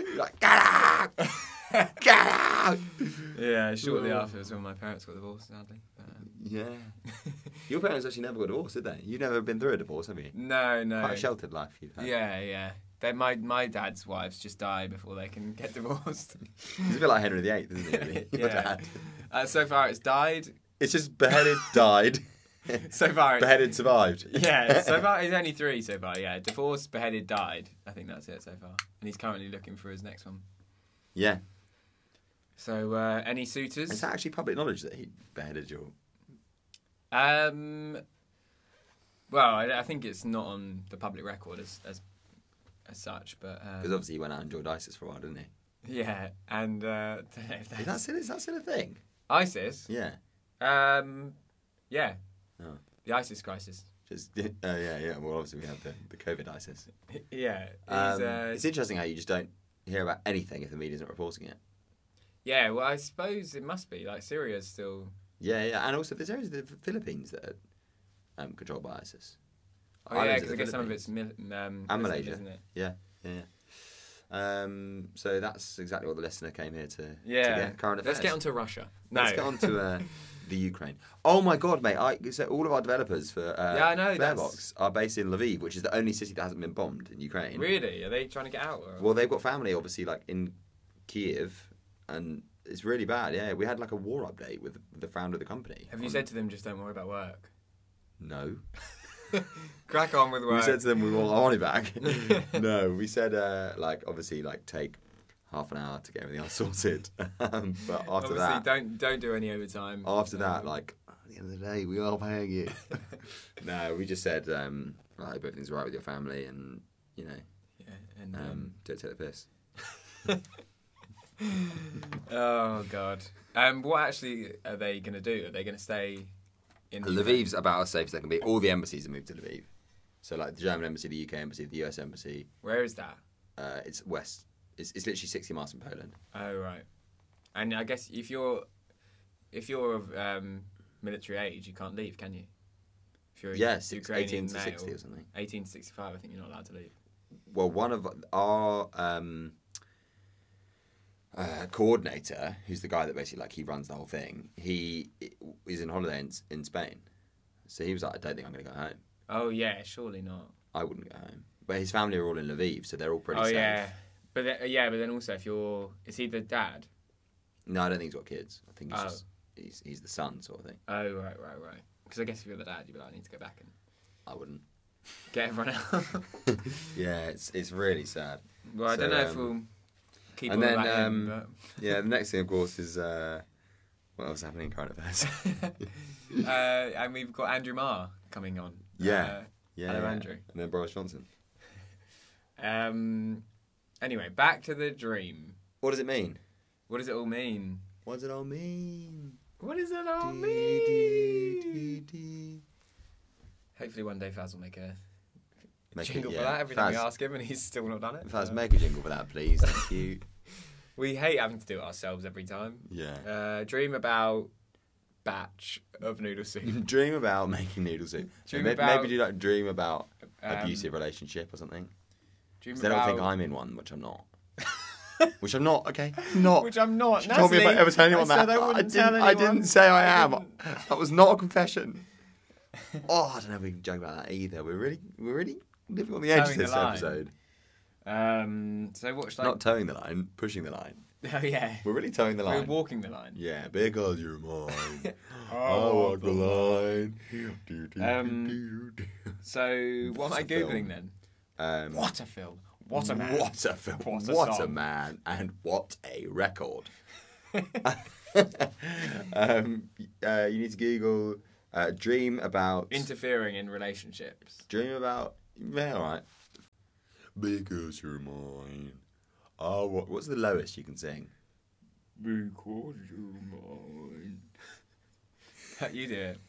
you."
You're like, get out, get out.
yeah, shortly
Oh.
afterwards, when my parents got divorced, sadly. Um,
Yeah. Your parents actually never got divorced, did they? You've never been through a divorce, have you?
no, no.
Quite a sheltered life you've had.
Yeah, yeah. They, my my dad's wives just die before they can get divorced.
It's a bit like Henry VIII, isn't it? Really? Your
yeah.
dad.
Uh, so far, it's died.
It's just beheaded, died,
So far, it's,
beheaded, survived.
yeah. So far, it's only three so far. Yeah, divorced, beheaded, died. I think that's it so far. And he's currently looking for his next one.
yeah.
So, uh, any suitors?
Is that actually public knowledge that he beheaded your
Um, well, I, I think it's not on the public record as as, as such, but
Because
um,
obviously he went out and joined ISIS for a while, didn't he?
yeah, and uh, don't know if
Is
that's
that still, is that still a thing?
ISIS.
Yeah.
Um, yeah,
Oh.
the ISIS crisis.
Just uh, yeah, yeah. Well, obviously we had the, the COVID ISIS.
yeah,
Um,
he's, uh,
it's interesting how you just don't hear about anything if the media's not reporting it.
yeah. Well, I suppose it must be like Syria's still.
Yeah, yeah. And also there's areas of the Philippines that are um, controlled by ISIS.
Oh, yeah,
Islands of
because
the
I guess some of
Philippines.
it's mil- um,
And
Muslim,
Malaysia.
isn't it?
Yeah, yeah. yeah. Um, so that's exactly what the listener came here to, to
Yeah.
get, current affairs.
Let's get on to Russia. No.
Let's get on to uh, the Ukraine. Oh my God, mate! I, so all of our developers for uh,
Yeah, I know, that's-
Farebox are based in Lviv, which is the only city that hasn't been bombed in Ukraine.
really? Are they trying to get out? Or?
Well, they've got family obviously, like in Kiev, and it's really bad. Yeah, we had like a war update with the founder of the company.
Have you
on-
said to them just don't worry about work?
no?
Crack on with work.
We said to them we want our money back. no, we said uh, like obviously like take half an hour to get everything else sorted. um, but after
Obviously,
that,
don't don't do any overtime.
after
Um,
that, like at the end of the day, we are paying you. no, we just said, um, I hope everything's all right with your family, and you know,
Yeah, and,
um,
um,
don't take the piss.
oh god. Um, what actually are they going to do? Are they going to stay in Ukraine?
Lviv's about as safe as they can be. All the embassies have moved to Lviv, so like the German embassy, the UK embassy, the US embassy.
Where is that?
Uh, it's west. It's, it's literally sixty miles from Poland.
Oh right. And I guess if you're if you're of um, military age, you can't leave, can you? If you're a
Yeah, six,
Ukrainian
18 to
male,
sixty or something.
18 to 65, I think you're not allowed to leave.
well, one of our um, uh, coordinator, who's the guy that basically like he runs the whole thing, he is in holiday in, in Spain, so he was like, I don't think I'm going to go home.
Oh yeah, surely not.
I wouldn't go home, but his family are all in Lviv, so they're all pretty
oh
safe.
yeah, but then, uh, yeah, but then also if you're is he the dad?
No, I don't think he's got kids. I think he's
Oh.
just he's, he's the son sort of thing.
Oh right, right, right. Because I guess if you're the dad, you'd be like, I need to go back and
I wouldn't.
get everyone out.
Yeah, it's it's really sad.
Well, I
So,
don't know if
um,
we'll keep
and
all
then,
that
um,
in. But...
Yeah, the next thing, of course, is uh, what else is happening in current affairs.
uh, and we've got Andrew Marr coming on. Uh,
Yeah. Yeah,
Hello,
yeah.
Andrew.
and then Boris Johnson.
Uh, um, anyway, back to the dream.
What does it mean?
What does it all mean?
What does it all mean?
What does it all
Make
mean? Hopefully, one day Faz will make a
it,
jingle
yeah.
for that. Every time we
Faz-
ask him, and he's still not done it.
Faz,
Uh,
make a jingle for that, please. Thank you.
we hate having to do it ourselves every time.
Yeah.
Uh, dream about batch of noodle soup.
dream about making noodle soup.
Dream
maybe,
about-
maybe do like dream about
Um,
abusive relationship or something.
Dream
Because they don't think I'm in one, which I'm not. which I'm not. Okay, not.
Which I'm not.
She told me if I
Natalie,
ever tell anyone
I
that.
said I wouldn't
didn't.
tell
I
anyone.
didn't say I
I
am. that was not a confession. oh, I don't know if we can joke about that either. We're really, we're really living on the edge of
Towing the
this
line.
episode.
Um, so what should I?
Not towing the line, pushing the line.
oh yeah,
We're really towing the
we're
line.
walking the line.
yeah, because you're mine. I walk the line. Do, do,
Oh, Um,
do, do, do.
So what am
What's
I
a film?
googling then?
Um,
What a film! What a man!
What a film. What
What
a,
a song.
man. And what a record. um, uh, you need to Google uh, dream about.
Interfering in relationships.
dream about. Yeah, all right. Because you're mine. Oh, what, what's the lowest you can sing?
Because you mine. you do it.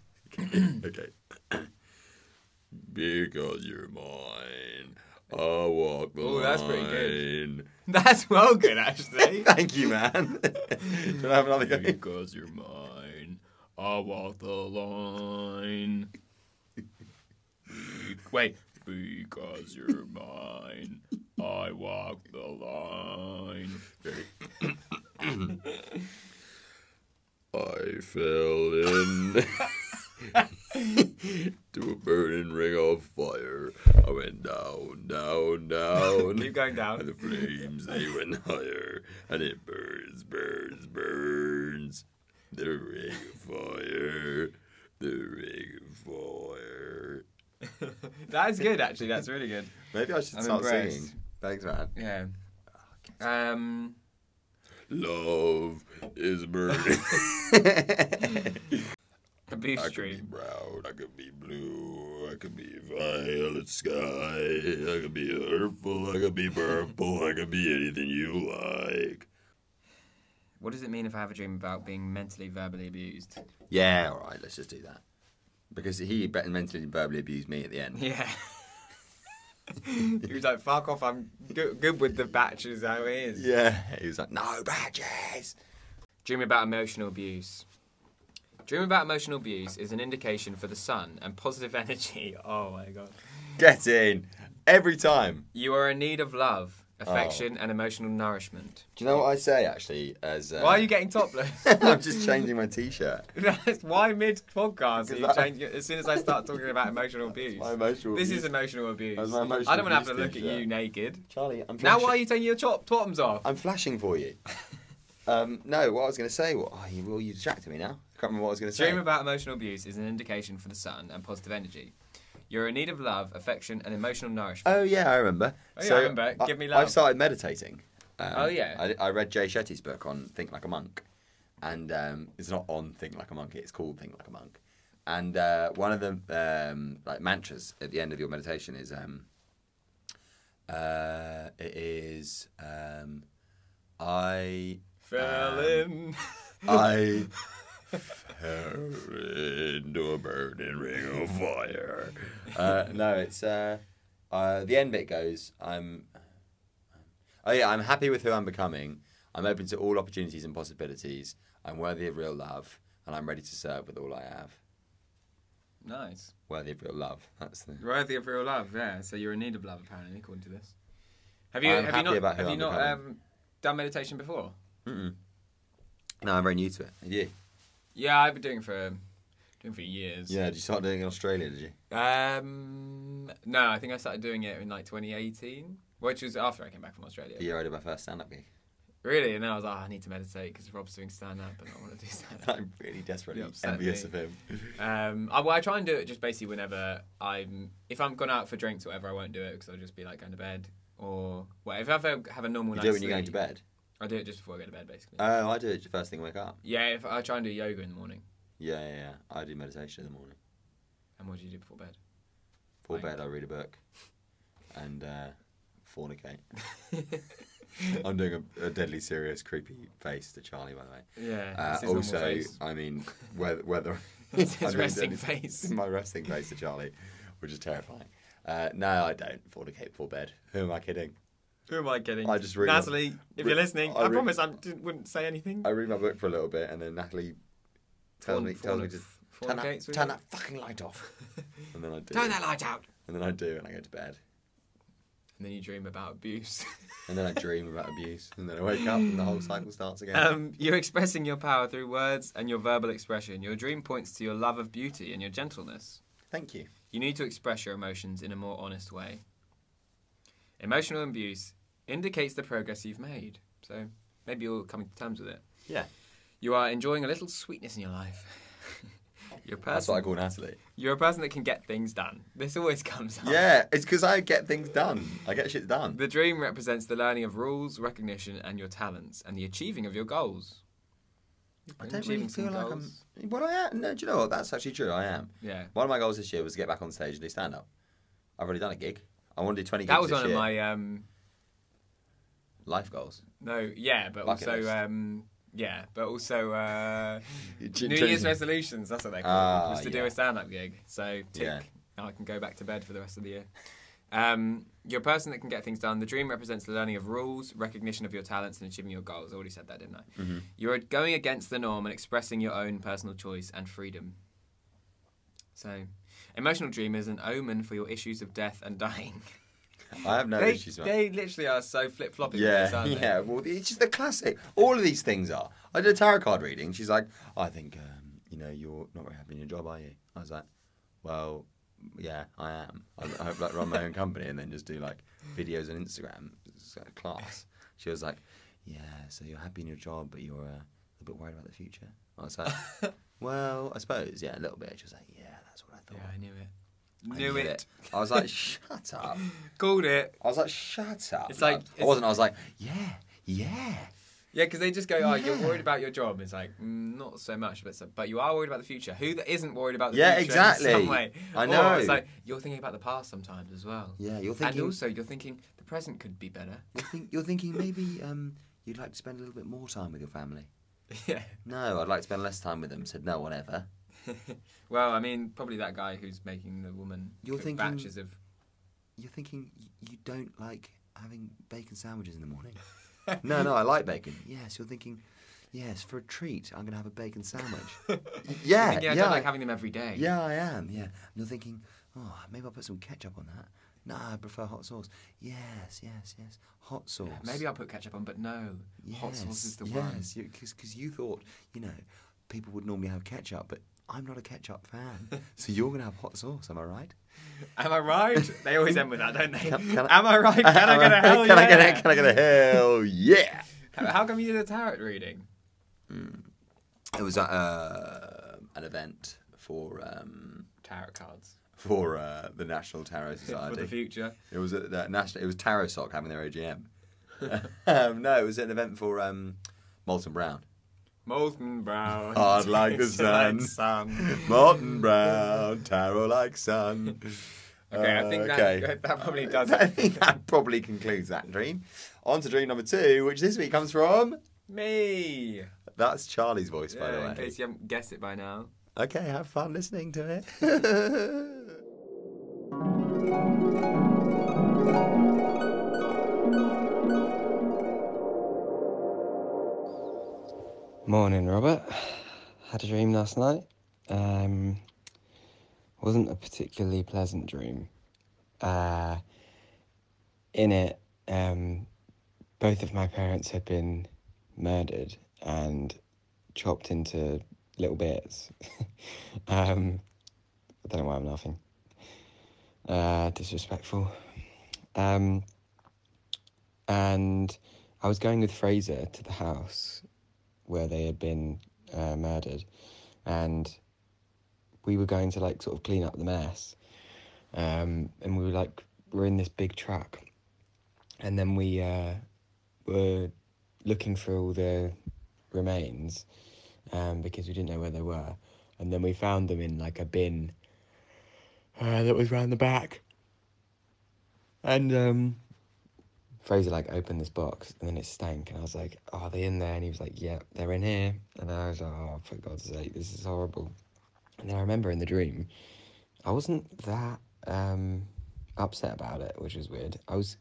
okay. because you're mine. I walk the
Ooh, that's pretty good.
line.
That's well good actually.
Thank you, man. Should I have another go?
because you're mine. I walk the line. Be- Wait. Because you're mine, I walk the line.
I fell in to a burning ring of fire. I went down, down,
Keep
down.
going
and the
down.
flames they went higher, and it burns, burns, burns. The ring of fire, the ring of fire.
That's good, actually. That's really good.
Maybe I should
I'm
start
impressed.
singing. Thanks, man.
Yeah. Um.
Love is burning.
A beef
I
street.
could be brown, I could be blue, I could be violet sky, I could be purple, I could be purple, I could be anything you like.
What does it mean if I have a dream about being mentally verbally abused?
Yeah, all right, let's just do that. Because he be- mentally and verbally abused me at the end.
Yeah. he was like, "Fuck off! I'm go- good with the batches how it is."
Yeah, he was like, no badges.
Dream about emotional abuse. Dream about emotional abuse is an indication for the sun and positive energy. Oh my god.
Get in every time.
You are in need of love, affection, and emotional nourishment.
Do you know what I say actually? As Oh. uh,
Why are you getting topless?
I'm just changing my t-shirt.
That's why mid podcast you
Because I-
change as soon as I start talking about emotional abuse.
my emotional
this
abuse.
is emotional abuse.
That's my emotional
I don't want to have to
abuse
look at
t-shirt.
you naked.
Charlie, I'm
Now why are you taking your top bottoms off?
I'm flashing for you. Um, no, what I was going to say. What? Oh, you, well, you distracted me now. I can't remember what I was going to say.
Dream about emotional abuse is an indication for the sun and positive energy. You're in need of love, affection, and emotional nourishment.
Oh yeah, I remember.
Oh, yeah, I remember. Give me love.
I've started meditating. Um,
Oh, yeah.
I, I read Jay Shetty's book on Think Like a Monk, and um, it's not on Think Like a Monk. It's called Think Like a Monk. And uh, one of the um, like mantras at the end of your meditation is um, uh, it is um, I
Fell
um,
in.
I fell into a burning ring of fire. Uh, no, it's uh, uh, the end bit goes. I'm. Oh yeah, I'm happy with who I'm becoming. I'm open to all opportunities and possibilities. I'm worthy of real love, and I'm ready to serve with all I have.
nice.
Worthy of real love. That's the.
Worthy of real love, yeah. So you're in need of love, apparently, according to this. Have you
I'm
have
happy
you not
about who
have you
I'm
not
becoming.
um, done meditation before?
No, I'm very new to it. Yeah.
Yeah, I've been doing for doing for years.
Yeah. Did you start doing it in Australia? Did you?
Um, no, I think I started doing it in like 2018, which was after I came back from Australia.
The year I did my first stand-up gig.
Really, and then I was like, oh, I need to meditate because Rob's doing stand up, and I want to do stand up.
I'm really desperately
You upset
envious
me.
of him.
Um, I, well, I try and do it just basically whenever I'm, if I'm gone out for drinks or whatever, I won't do it because I'll just be like going to bed or whatever. If I have a, have a normal
You
night,
do it when you're going to bed.
I do it just before I go to bed, basically.
Oh, I do it the first thing I wake up.
yeah, if I try and do yoga in the morning.
Yeah, yeah, yeah. I do meditation in the morning.
And what do you do before bed?
Before
Right.
bed, I read a book and uh, fornicate. I'm doing a, a deadly serious, creepy face to Charlie, by the way.
Yeah,
Uh,
it's his normal
also,
face.
I mean, whether, whether
It's his
I'm doing
resting
deadly-
face.
my resting face to Charlie, which is terrifying. Uh, no, I don't fornicate before bed. Who am I kidding?
Who am I kidding?
I just really-
Natalie, if
re-
you're listening,
I
I,
re-
promise I didn't, wouldn't say anything.
I read my book for a little bit, and then Natalie tells
Forn-
me, tells me
fornic-
to turn that,
fornicates with
turn
you?
that fucking light off, and then I do,
Turn that light out.
and then I do, and I go to bed.
And then you dream about abuse.
And then I dream about abuse, and then I wake up, and the whole cycle starts again.
um, you're expressing your power through words and your verbal expression. Your dream points to your love of beauty and your gentleness.
Thank you.
You need to express your emotions in a more honest way. Emotional abuse indicates the progress you've made. So maybe you're coming to terms with it.
Yeah.
You are enjoying a little sweetness in your life. you're a
That's what I
person.
call Natalie.
You're a person that can get things done. This always comes up.
Yeah, it's because I get things done. I get shit done.
The dream represents the learning of rules, recognition, and your talents, and the achieving of your goals.
I don't really
Achieving some
feel like I'm.
goals.
Well, I am. No, do you know what? That's actually true. I am.
Yeah.
One of my goals this year was to get back on stage and do stand up. I've already done a gig. I want to do 20 gigs
That was
this
one of
year.
my um,
life goals.
No, yeah, but
Bucket
also
list.
um, yeah, but also uh,
Ch-
New
change-
Year's resolutions. That's what they call
Ah,
it. Was to
yeah.
do a stand-up gig. So tick.
Yeah.
Now I can go back to bed for the rest of the year. Um, you're a person that can get things done. The dream represents the learning of rules, recognition of your talents, and achieving your goals. I already said that, didn't I?
Mm-hmm.
You're going against the norm and expressing your own personal choice and freedom. So, emotional dream is an omen for your issues of death and dying.
I have no
they,
issues, man.
they literally are so flip flopping.
yeah,
aren't they?
yeah. Well, it's just the classic. All of these things are. I did a tarot card reading. She's like, I think, um, you know, you're not very happy in your job, are you? I was like, well, yeah, I am. I, I hope like run my own company and then just do like videos on Instagram It's like a class. She was like, yeah, so you're happy in your job, but you're uh, a bit worried about the future. I was like, well, I suppose, yeah, a little bit. She was like, yeah, that's what I
Yeah,
thought.
I knew it.
I
Knew it.
I was like, shut up.
Called it.
I was like, shut up.
It's like-
lad." I
it's-
wasn't. I was like, yeah, yeah.
Yeah, because they just go, "Oh, you're
Yeah.
worried about your job." It's like mm, not so much, but so, but you are worried about the future. Who that isn't worried about the
Yeah,
future?
exactly.
In some way?
I
Or
know.
it's like you're thinking about the past sometimes as well.
Yeah, you're thinking.
And also, you're thinking the present could be better.
you're, think, you're thinking maybe um, you'd like to spend a little bit more time with your family.
yeah.
No, I'd like to spend less time with them. Said no one ever.
Well, I mean, probably that guy who's making the woman
You're
cook
thinking-
batches of.
You're thinking y- you don't like having bacon sandwiches in the morning. no, no, I like bacon. Yes, you're thinking. Yes, for a treat, I'm gonna have a bacon sandwich. Y- yeah,
Thinking,
yeah,
I don't like having them every day.
yeah, I am. Yeah, and you're thinking, oh, maybe I'll put some ketchup on that. No, I prefer hot sauce. Yes, yes, yes, hot sauce.
Maybe I'll put ketchup on, but no, hot sauce is the one.
yes, because you thought, you know, people would normally have ketchup, but I'm not a ketchup fan. so you're going to have hot sauce, am I right?
Am I right? They always end with that, don't they?
Can- can I-
Am I right? Can I
Am
get a hell
can I get
yeah?
a, Can I get a hell yeah?
How- How come you did a tarot reading?
It was at uh, an event for um,
Tarot cards.
for uh, the National Tarot
For the
Society.
future.
it was at the national. It was Tarot Sock having their AGM. um, no, it was an event for um, Molten Brown.
Molten brown.
Hard like the
tastes like
sun.
sun.
Molten Brown, tarot like sun.
Okay, I think
Uh,
that,
okay.
that probably does
I
it.
think that probably concludes that dream. On to dream number two, which this week comes from.
Me.
That's Charlie's voice, by
Yeah, in
the way.
case you haven't guessed it by now.
Okay, have fun listening to it.
Morning, Robert. Had a dream last night. Um, wasn't a particularly pleasant dream. Uh, in it, um, both of my parents had been murdered and chopped into little bits. um, I don't know why I'm laughing. Uh, disrespectful. Um, and I was going with Fraser to the house where they had been uh, murdered, and we were going to like sort of clean up the mess, um, and we were like we're in this big truck, and then we uh, were looking for all the remains um, because we didn't know where they were, and then we found them in like a bin uh, that was round the back, and um, Fraser like opened this box and then it stank and I was like, oh, "Are they in there?" And he was like, "Yep, they're in here." And I was like, "Oh, for God's sake, this is horrible." And then I remember in the dream, I wasn't that um, upset about it, which was weird. I was,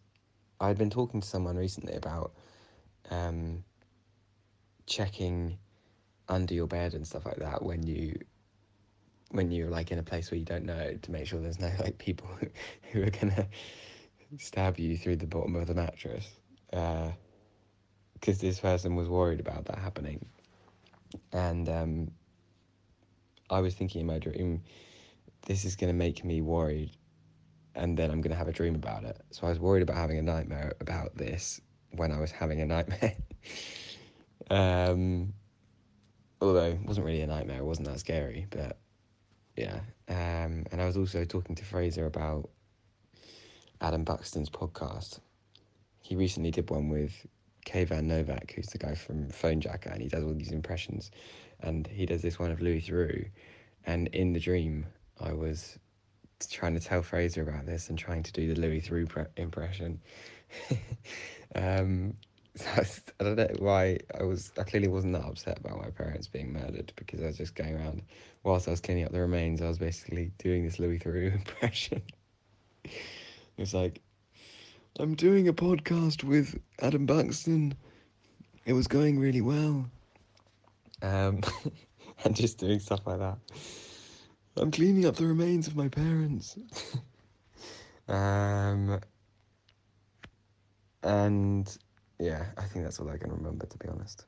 I had been talking to someone recently about um, checking under your bed and stuff like that when you when you're like in a place where you don't know to make sure there's no like people who are gonna stab you through the bottom of the mattress because this person was worried about that happening. And um, I was thinking in my dream, this is going to make me worried and then I'm going to have a dream about it. So I was worried about having a nightmare about this when I was having a nightmare. um, although it wasn't really a nightmare, it wasn't that scary, but yeah. Um, and I was also talking to Fraser about Adam Buxton's podcast. He recently did one with K Van Novak, who's the guy from Phone Jacker, and he does all these impressions. And he does this one of Louis Theroux. And in the dream, I was trying to tell Fraser about this and trying to do the Louis Theroux pre- impression. um, so I was- I don't know why I was. I clearly wasn't that upset about my parents being murdered because I was just going around whilst I was cleaning up the remains. I was basically doing this Louis Theroux impression. it was like, I'm doing a podcast with Adam Buxton. It was going really well. Um, and just doing stuff like that. I'm cleaning up the remains of my parents. um, and yeah, I think that's all I can remember, to be honest.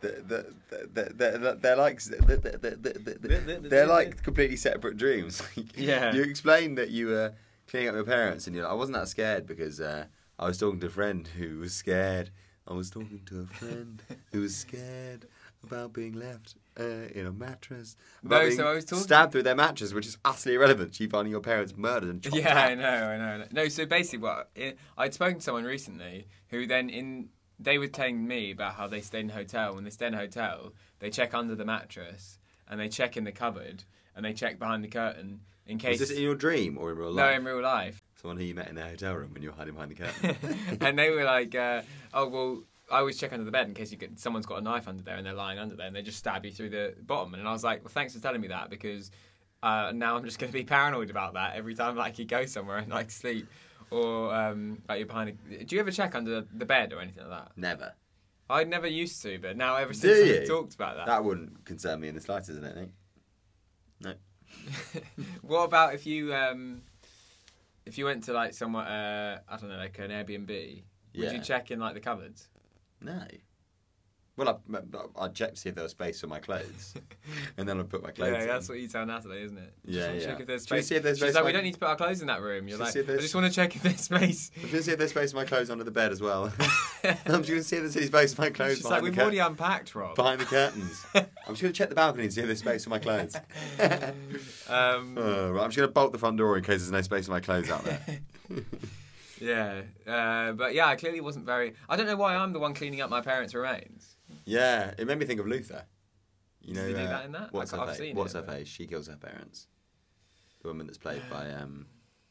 The- the- the- the- the- They're like the- the- the- the- the-
the-
they're like completely separate dreams. Like,
Yeah.
You explained that you were cleaning up your parents, and you're like, I wasn't that scared because uh, I was talking to a friend who was scared. I was talking to a friend who was scared about being left uh, in a mattress. About
No,
being
so I was talking-
stabbed through their mattress, which is utterly irrelevant. You finding your parents murdered and chopped
Yeah,
up.
I know, I know. I know. No, so basically, what i I'd spoken to someone recently who then in they were telling me about how they stayed in a hotel. When they stay in a hotel, they check under the mattress and they check in the cupboard and they check behind the curtain in case.
Was this in your dream or in real
no,
life?
in real life.
Someone who you met in their hotel room when you were hiding behind the curtain.
and they were like, uh, "Oh well, I always check under the bed in case you get someone's got a knife under there and they're lying under there and they just stab you through the bottom." And I was like, "Well, thanks for telling me that because uh, now I'm just going to be paranoid about that every time like you go somewhere and like sleep or um, like you're behind." A... Do you ever check under the bed or anything like that?
Never.
I never used to, but now ever
Do
since I've
you?
talked about that.
That wouldn't concern me in the slightest, isn't it, Nick?
what about if you um, if you went to like somewhere uh, I don't know like an Airbnb?
Yeah.
Would you check in like the cupboards?
No. Well, I, I, I'd check to see if there was space for my clothes, and then I'd put my clothes.
Yeah,
in.
that's what you tell Natalie, isn't it? Just
Yeah,
wanna
yeah.
Check if there's
Should we
space.
see if there's
She's
space,
like, we
like-
don't need to put our clothes in that room. You're
Should we
like,
see if
I
there's-
just want to check if there's space.
I'm going to see if there's space for my clothes under the bed as well. I'm just going to see if there's any space for my clothes
She's like,
behind,
we've
the cur-
already unpacked, Rob.
behind the curtains. I'm just going to check the balcony and see if there's space for my clothes.
Um,
Uh, right, I'm just going to bolt the front door in case there's no space for my clothes out there.
yeah, uh, but yeah, I clearly wasn't very. I don't know why I'm the one cleaning up my parents' remains.
yeah, it made me think of Luther. You
Does
know,
he do
uh,
that in that?
What's
Like,
her
I've
face?
seen
what's
it,
her
but-
face? She kills her parents. The woman that's played by um,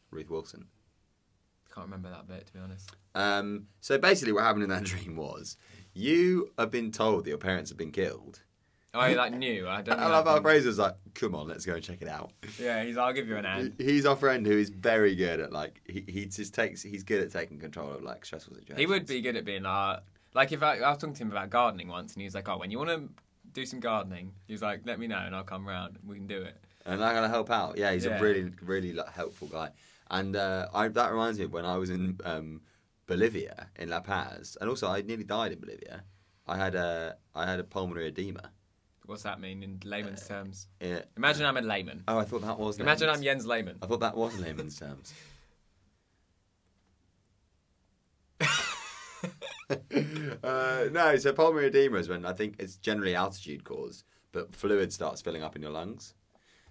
Ruth Wilson.
Can't remember that bit to be honest.
Um, so basically, what happened in that dream was you have been told that your parents have been killed.
I like knew. I don't.
I
know
love how
that bit.
Fraser's like, come on, let's go and check it out.
Yeah, he's. like, I'll give you an hand.
He- He's our friend who is very good at like he, he just takes he's good at taking control of like stressful situations.
He would be good at being like. Like if I, I was talking to him about gardening once, and he was like, "Oh, when you want to do some gardening, he was like, let me know, and I'll come round. and We can do it."
and I'm gonna help out. Yeah, he's
Yeah.
a really really like, helpful guy. And uh, I, that reminds me of when I was in um, Bolivia in La Paz, and also I nearly died in Bolivia. I had a I had a pulmonary edema.
What's that mean in
Uh,
layman's terms?
It-
Imagine I'm a layman.
oh, I thought that was
Imagine
layman's.
I'm Jens Lehmann.
I thought that was layman's terms. uh, no, so pulmonary edema is when I think it's generally altitude caused, but fluid starts filling up in your lungs.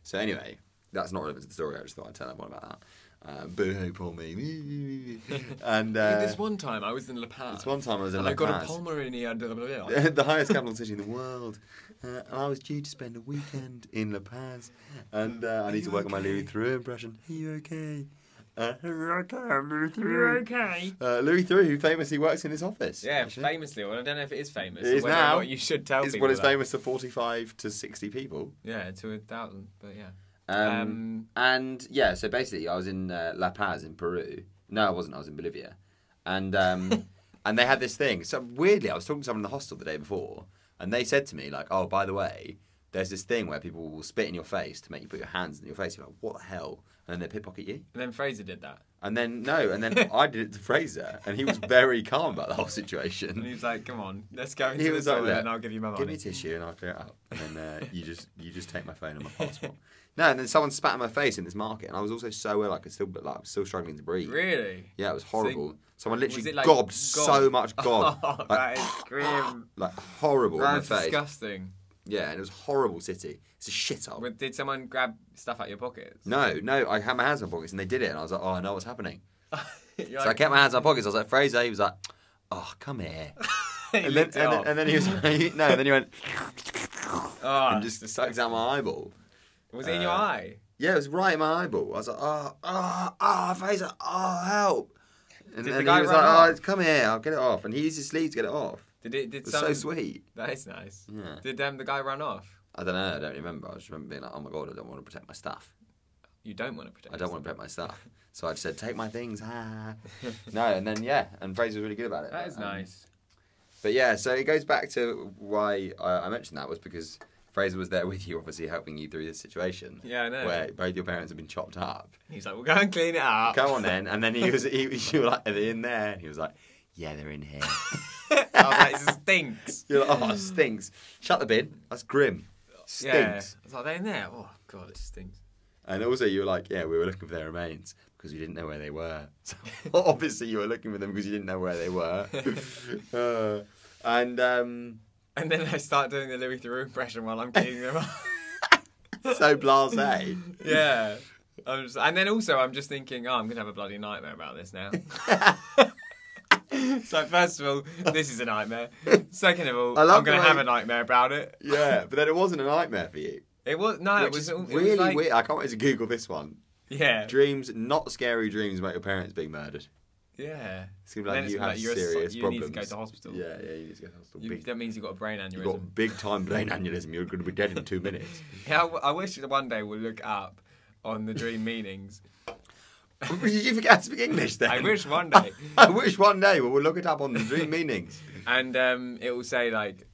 So anyway, that's not relevant to the story. I just thought I'd tell everyone about that. Uh, boo hoo, poor me. and uh,
this one time I was in La Paz.
this one time I was in
and
La
I got
Paz.
a pulmonary. edema.
the highest capital city in the world. Uh, and I was due to spend a weekend in La Paz. And uh, I need to work on my Louis Theroux impression. Are you okay? Uh, are you okay, I'm Louis Theroux.
okay.
Uh, Louis Theroux, who famously works in his office.
Yeah,
actually.
famously. Well, I don't know if it is famous.
It
or
is
whether or
now.
not you should tell
It's
people.
what is
that.
famous to 45 to 60 people.
Yeah, to a thousand. But yeah.
Um,
Um,
and yeah, so basically, I was in uh, La Paz in Peru. No, I wasn't. I was in Bolivia, and um, and they had this thing. So weirdly, I was talking to someone in the hostel the day before, and they said to me like, "Oh, by the way, there's this thing where people will spit in your face to make you put your hands in your face. You're like, what the hell? And then they pickpocket you.
And then Fraser did that.
And then no, and then I did it to Fraser, and he was very calm about the whole situation.
And he was like, come on, let's go into
He
the
was like,
toilet
"Look,
and I'll give you my money.
Give me a tissue and I'll clear it up. And then uh, you just you just take my phone and my passport. No, and then someone spat in my face in this market, and I was also so ill I could still like I was still struggling to breathe.
Really?
Yeah, it was horrible. someone literally
Was it like
gobbed
gob?
so much gob,
Oh,
like,
that is grim.
like horrible in my
That's
face.
disgusting.
Yeah, and it was a horrible city. It's a shithole.
Well, Did someone grab stuff out of your pockets?
no, no, I had my hands in my pockets and they did it, and I was like, oh, I know what's happening.
You're
So I
like,
kept my hands in my pockets. I was like, Fraser, he was like, oh, come here. And
"Hey,
then,
lift it
and,
off."
then, and then he was like, no, and then he went
Oh,
and just sucked out my eyeball.
was it in your
uh,
eye?
Yeah, it was right in my eyeball. I was like, oh, oh, oh, Fraser, oh, help. And
Did the
then
guy
he was
run
like,
off?
oh, it's- come here, I'll get it off. And he used his sleeve to get it off.
Did it?
It
Did
was
someone?
so sweet.
That is nice.
Yeah.
Did um, the guy run off?
I don't know, I don't remember. I just remember being like, oh my God, I don't want to protect my stuff.
You don't want to protect.
I don't want to protect my stuff. So I just said, take my things. Ah. no, and then, yeah, and Fraser was really good about it.
That is
Um,
nice.
But yeah, so it goes back to why I, I mentioned that was because Fraser was there with you, obviously helping you through this situation.
Yeah, I know.
Where both your parents have been chopped up.
He's like, we'll go and clean it up.
Come on then, and then he was, he, you were like, are they in there? And he was like, yeah, they're in here.
oh, that stinks.
You're like, oh, it stinks. Shut the bin. That's grim.
Yeah.
Stinks.
It's like they're in there. Oh god, it stinks.
And also, you were like, yeah, we were looking for their remains because we didn't know where they were. So obviously, you were looking for them because you didn't know where they were. Uh, and um,
And then I start doing the Louis Theroux impression while I'm cleaning them up.
so blasé.
yeah. I'm just, and then also I'm just thinking, oh, I'm gonna have a bloody nightmare about this now. so first of all, this is a nightmare. Second of all,
I love
I'm gonna
the way-
have a nightmare about it.
Yeah, but then it wasn't a nightmare for you.
It was no,
Which
it was
is
it was
really
like-
weird. I can't wait to Google this one.
Yeah,
Dreams, not scary dreams about your parents being murdered.
yeah.
It's gonna be
And
like
then it's
you
gonna
have
be like, you're a so-
serious
you need to
problems.
go to hospital.
Yeah, yeah, you need to go to hospital.
You,
big,
that means you've got a brain
you
aneurysm.
got big time brain aneurysm. You're going to be dead in two minutes.
Yeah, I, w- I wish that one day we'll look up on the dream meanings.
Did you forget how to speak English then?
I wish one day.
I wish one day we will look it up on the dream meanings.
And um, it will say, like,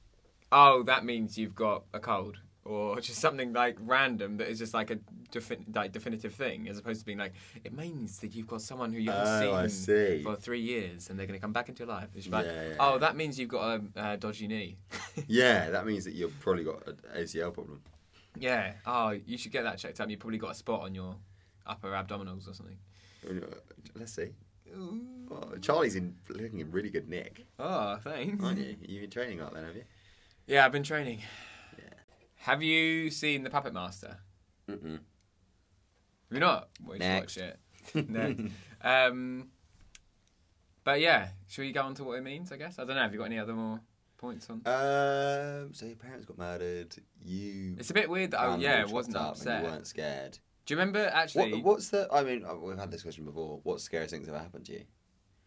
oh, that means you've got a cold. Or just something like random that is just like a defin- like definitive thing, as opposed to being like it means that you've got someone who you haven't
Oh, I
seen
see.
for three years and they're going to come back into your life. It's like,
Yeah, yeah,
oh,
yeah.
that means you've got a uh, dodgy knee.
Yeah, that means that you've probably got an ACL problem.
yeah. Oh, you should get that checked out. You've probably got a spot on your upper abdominals or something.
Let's see. Oh, Charlie's in looking in really good nick,
Oh, thanks.
aren't you? You've been training like that, have you?
Yeah, I've been training. Have you seen The Puppet Master?
Mm-mm.
Have you not? Well, you should
Next.
watch it. Next. um, but yeah, should we go on to what it means, I guess? I don't know. Have you got any other more points on?
Um, so your parents got murdered. You.
It's a bit weird that I,
found them
yeah,
all
wasn't
chopped up
upset.
And you weren't scared.
Do you remember, actually,
What, what's the? I mean, uh, we've had this question before. What scariest things have happened to you?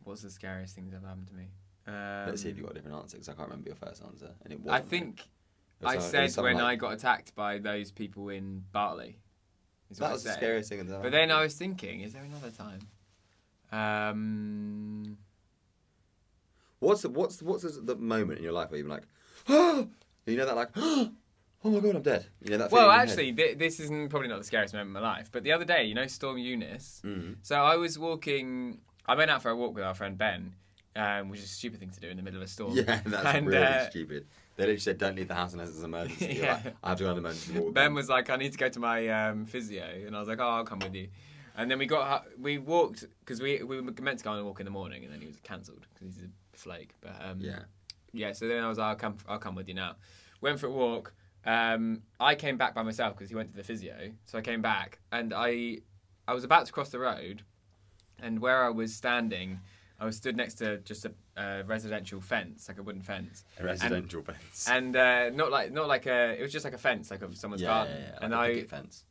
what's the scariest thing that's ever happened to me?
Let's see
Um,
if you got a different answer because I can't remember your first answer. And it
I
wasn't
think
It was
I
some- it
said
was something
when I
like,
got attacked by those people in Bartley. is what
That
I
was the
said.
scariest thing. That's ever
But then I
happened
was thinking, is there another time? Um,
to you." What's the what's the, what's the moment in your life where you're like, oh, you know that like, oh my god, I'm dead. You know that.
well, actually, th- this isn't probably not the scariest moment of my life. But the other day, you know, Storm Eunice.
Mm.
So I was walking. I went out for a walk with our friend Ben, um, which is a stupid thing to do in the middle of a storm.
Yeah, that's
And,
really
uh,
stupid. They literally said, "Don't leave the house unless it's an emergency." You're
Yeah.
like, I have to go on an emergency walk.
Ben was like, "I need to go to my um, physio," and I was like, "Oh, I'll come with you." And then we got hu- we walked because we we were meant to go on a walk in the morning, and then he was cancelled because he's a flake. But um,
Yeah.
yeah. So then I was like, "I'll come, I'll come with you now." Went for a walk. Um, I came back by myself because he went to the physio. So I came back, and I I was about to cross the road, and where I was standing, I was stood next to just a, a residential fence, like a wooden fence,
A residential fence.
and uh, not like not like a it was just like a fence, like of someone's
yeah,
garden,
yeah, yeah, like
and
a
I.
picket fence.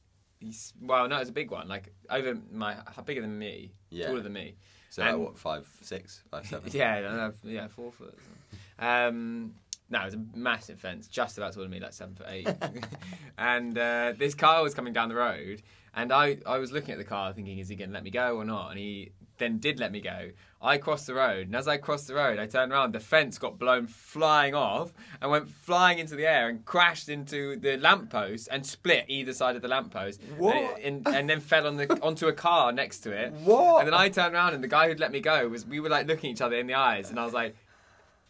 He's, well, no, it's a big one. Like over my how bigger than me,
Yeah.
taller than me.
So like,
and-
what? Five, six, five, seven.
Yeah, I don't know, yeah, four foot. or something. Um, no, it's a massive fence, just about taller than me, like seven foot eight. and uh, this car was coming down the road, and I, I was looking at the car, thinking, is he going to let me go or not? And he then did let me go. I crossed the road, and as I crossed the road, I turned around. The fence got blown flying off and went flying into the air and crashed into the lamppost and split either side of the lamppost.
What?
And, and, and then fell on the onto a car next to it.
What?
And then I turned around, and the guy who'd let me go was we were like looking each other in the eyes, and I was like,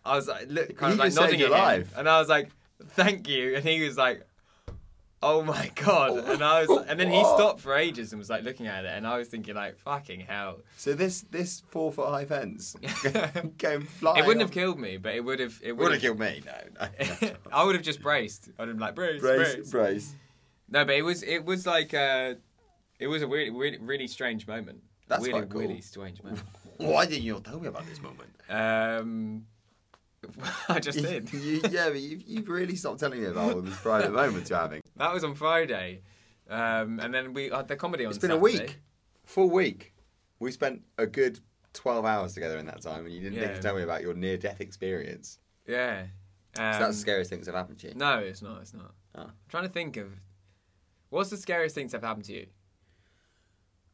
I was like, look, kind
You
of like
just saved
nodding
your
at him,
life.
and I was like, thank you, and he was like. Oh my god! And I was, and then he stopped for ages and was like looking at it, and I was thinking like, "Fucking hell!"
So this this four foot high fence came flying.
It wouldn't have
off.
killed me, but it would have. It
Would
would
have killed me. No, no. no.
I would have just braced. I'd have been like brace, brace,
brace, brace.
No, but it was it was like uh, it was a really really, really strange moment.
That's
really
quite cool.
really strange moment.
Why didn't you tell me about this moment?
Um, I just did.
you, yeah, but you've, you've really stopped telling me about all these private moments you're having.
That was on Friday, um, and then we had the comedy on.
It's been a
Saturday.
week, full week. We spent a good twelve hours together in that time, and you didn't think
Yeah.
to tell me about your near death experience.
Yeah. Um,
So that's the scariest thing that's ever happened to you.
No, it's not. It's not.
Oh.
I'm trying to think of what's the scariest thing that's ever happened to you.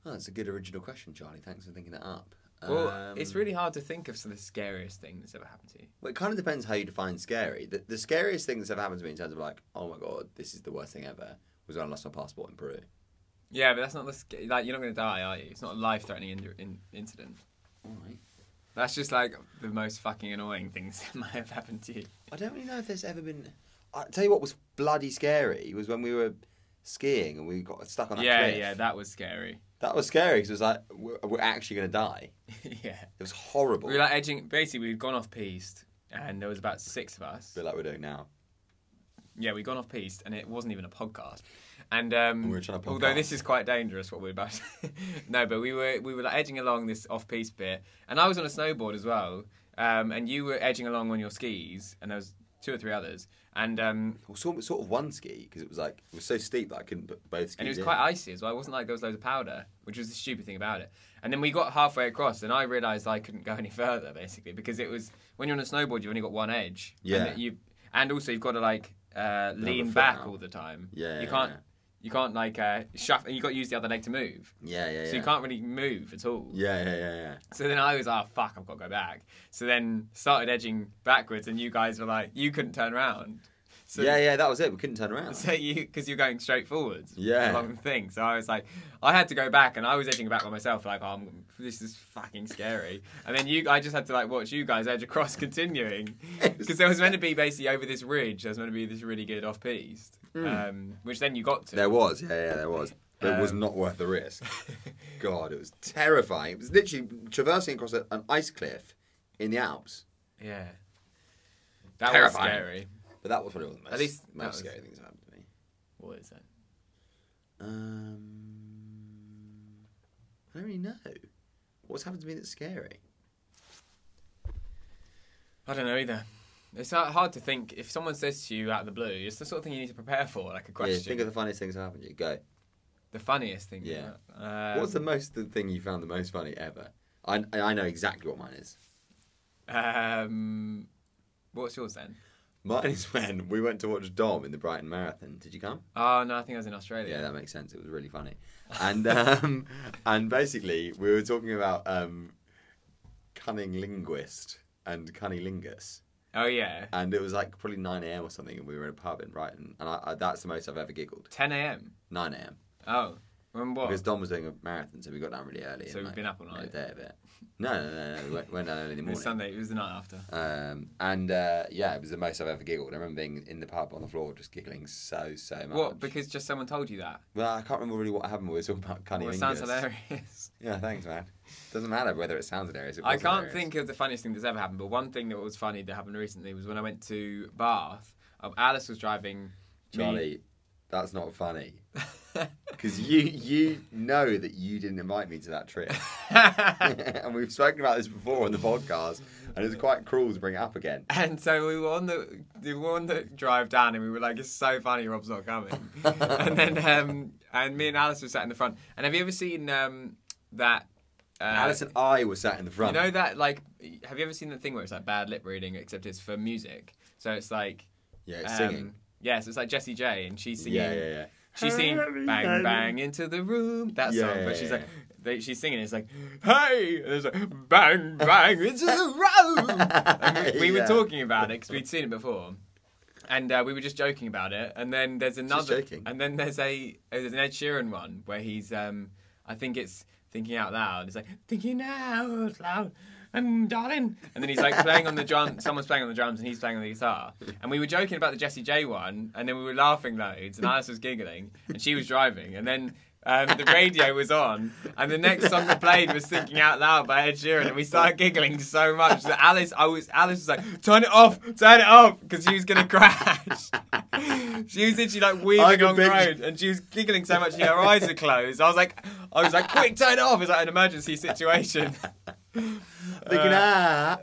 Oh, that's a good original question, Charlie. Thanks for thinking that up.
Well,
Um,
it's really hard to think of the scariest thing that's ever happened to you.
Well, it kind of depends how you define scary. The, the scariest thing that's ever happened to me in terms of like, oh my god, this is the worst thing ever, was when I lost my passport in Peru.
Yeah, but that's not the sc- like you're not going to die, are you? It's not a life-threatening in- in- incident.
All right.
That's just like the most fucking annoying things that might have happened to you.
I don't really know if there's ever been. I tell you what was bloody scary was when we were skiing and we got stuck on that
yeah,
cliff.
yeah, that was scary.
That was scary because it was like we're, we're actually going to die.
yeah,
It was horrible.
we were like edging. Basically, we'd gone off piste, and there was about six of us.
bit like we're doing now.
Yeah, we'd gone off piste, and it wasn't even a podcast. And um,
We were trying to
although
podcast.
this is quite dangerous, what we're about. to- no, but we were we were like edging along this off piste bit, and I was on a snowboard as well, um, and you were edging along on your skis, and there was two or three others, and um,
Well, sort of, sort of one ski because it was like it was so steep that I couldn't put both skis.
and it was
in.
quite icy as well. It wasn't like there was loads of powder, which was the stupid thing about it. And then we got halfway across, and I realised I couldn't go any further basically because it was when you're on a snowboard, you've only got one edge.
Yeah.
And, that you, and also you've got to like uh, lean
foot
back
out.
all the time.
Yeah,
You
yeah,
can't.
yeah.
You can't like uh, shuffle. You got to use the other leg to move,
Yeah, yeah, yeah.
so you can't really move at all.
Yeah, yeah, yeah, yeah.
So then I was like, oh, "Fuck, I've got to go back." So then started edging backwards, and you guys were like, "You couldn't turn around." So
yeah, yeah. That was it. We couldn't turn around.
so you, because you're going straight forwards.
Yeah.
Along the thing. So I was like, I had to go back, and I was edging back by myself, like, oh, I'm, this is fucking scary. And then you, I just had to like watch you guys edge across, continuing, because there was meant to be basically over this ridge. There was meant to be this really good off piste,
Hmm.
um, which then you got to.
There was, yeah, yeah, there was. But it was
Um,
not worth the risk. God, it was terrifying. It was literally traversing across a, an ice cliff in the Alps.
yeah. That
Terrifying.
was scary.
But that was probably one of the most,
At least that
most
was-
scary things that happened to me.
What is that?
Um, I don't really know. What's happened to me that's scary?
I don't know either. It's ha- hard to think if someone says to you out of the blue. It's the sort of thing you need to prepare for, like a question.
Yeah, think of the funniest things that happened to you. Go.
the funniest thing.
Yeah.
Uh,
What's the most the thing you found the most funny ever? I, I know exactly what mine is.
Um, what's yours then?
Mine is when we went to watch Dom in the Brighton Marathon. Did you come?
Oh no, I think I was in Australia.
Yeah, that makes sense. It was really funny, and um, and basically we were talking about um, cunning linguist and cunnilingus,
Oh yeah,
and it was like probably nine a.m. or something, and we were in a pub in Brighton, and I, I, that's the most I've ever giggled.
10 a.m.
Nine a.m.
Oh, when what?
because Dom was doing a marathon, so we got down really early. and,
So we've
like,
been up all
made
night.
a day of it. No, no, no, no. We went, went down early in the
it
morning.
was Sunday. It was the night after.
Um, and uh, yeah, it was the most I've ever giggled. I remember being in the pub on the floor, just giggling so so much.
What? Because just someone told you that.
well, I can't remember really what happened. We were talking about cunnilingus.
Well, it sounds hilarious.
Yeah, thanks, man. Doesn't matter whether it sounds hilarious. It
I
was
can't
hilarious.
think of the funniest thing that's ever happened, but one thing that was funny that happened recently was when I went to Bath. Um, Alice was driving.
Charlie. That's not funny because you you know that you didn't invite me to that trip,
Me...
and we've spoken about this before on the podcast, and it's quite cruel to bring it up again.
And so we were on the we were on the drive down, and we were like, "It's so funny, Rob's not coming." and then um, and me and Alice were sat in the front. And have you ever seen um, that? Uh,
Alice and I were sat in the
you
front.
know that like, have you ever seen the thing where it's like bad lip reading, except it's for music? So it's like
yeah, it's
um,
singing.
Yeah, so it's like Jessie J, and she's singing.
Yeah, yeah, yeah.
She's singing "Bang Bang" into the room. That
Yeah,
song,
yeah,
but she's
yeah,
like, they, she's singing. It's like, hey, and it's like bang bang, it's a row. And we, we
Yeah.
were talking about it because we'd seen it before, and uh, we were just joking about it. And then there's another,
joking.
and then there's a oh, there's an Ed Sheeran one where he's, um, I think it's thinking out loud. It's like thinking out loud. And darling, and then he's like playing on the drum. Someone's playing on the drums, and he's playing on the guitar. And we were joking about the Jesse J one, and then we were laughing loads, and Alice was giggling, and she was driving, and then um, the radio was on, and the next song that played was "Thinking Out Loud" by Ed Sheeran, and we started giggling so much that Alice, I was, Alice was like, "Turn it off, turn it off," because she was gonna crash. she was literally like
I
weaving
can
on the
picture-
road, and she was giggling so much her eyes are closed. I was like, I was like, "Quick, turn it off!" It's like an emergency situation. Uh,
Thinking, ah.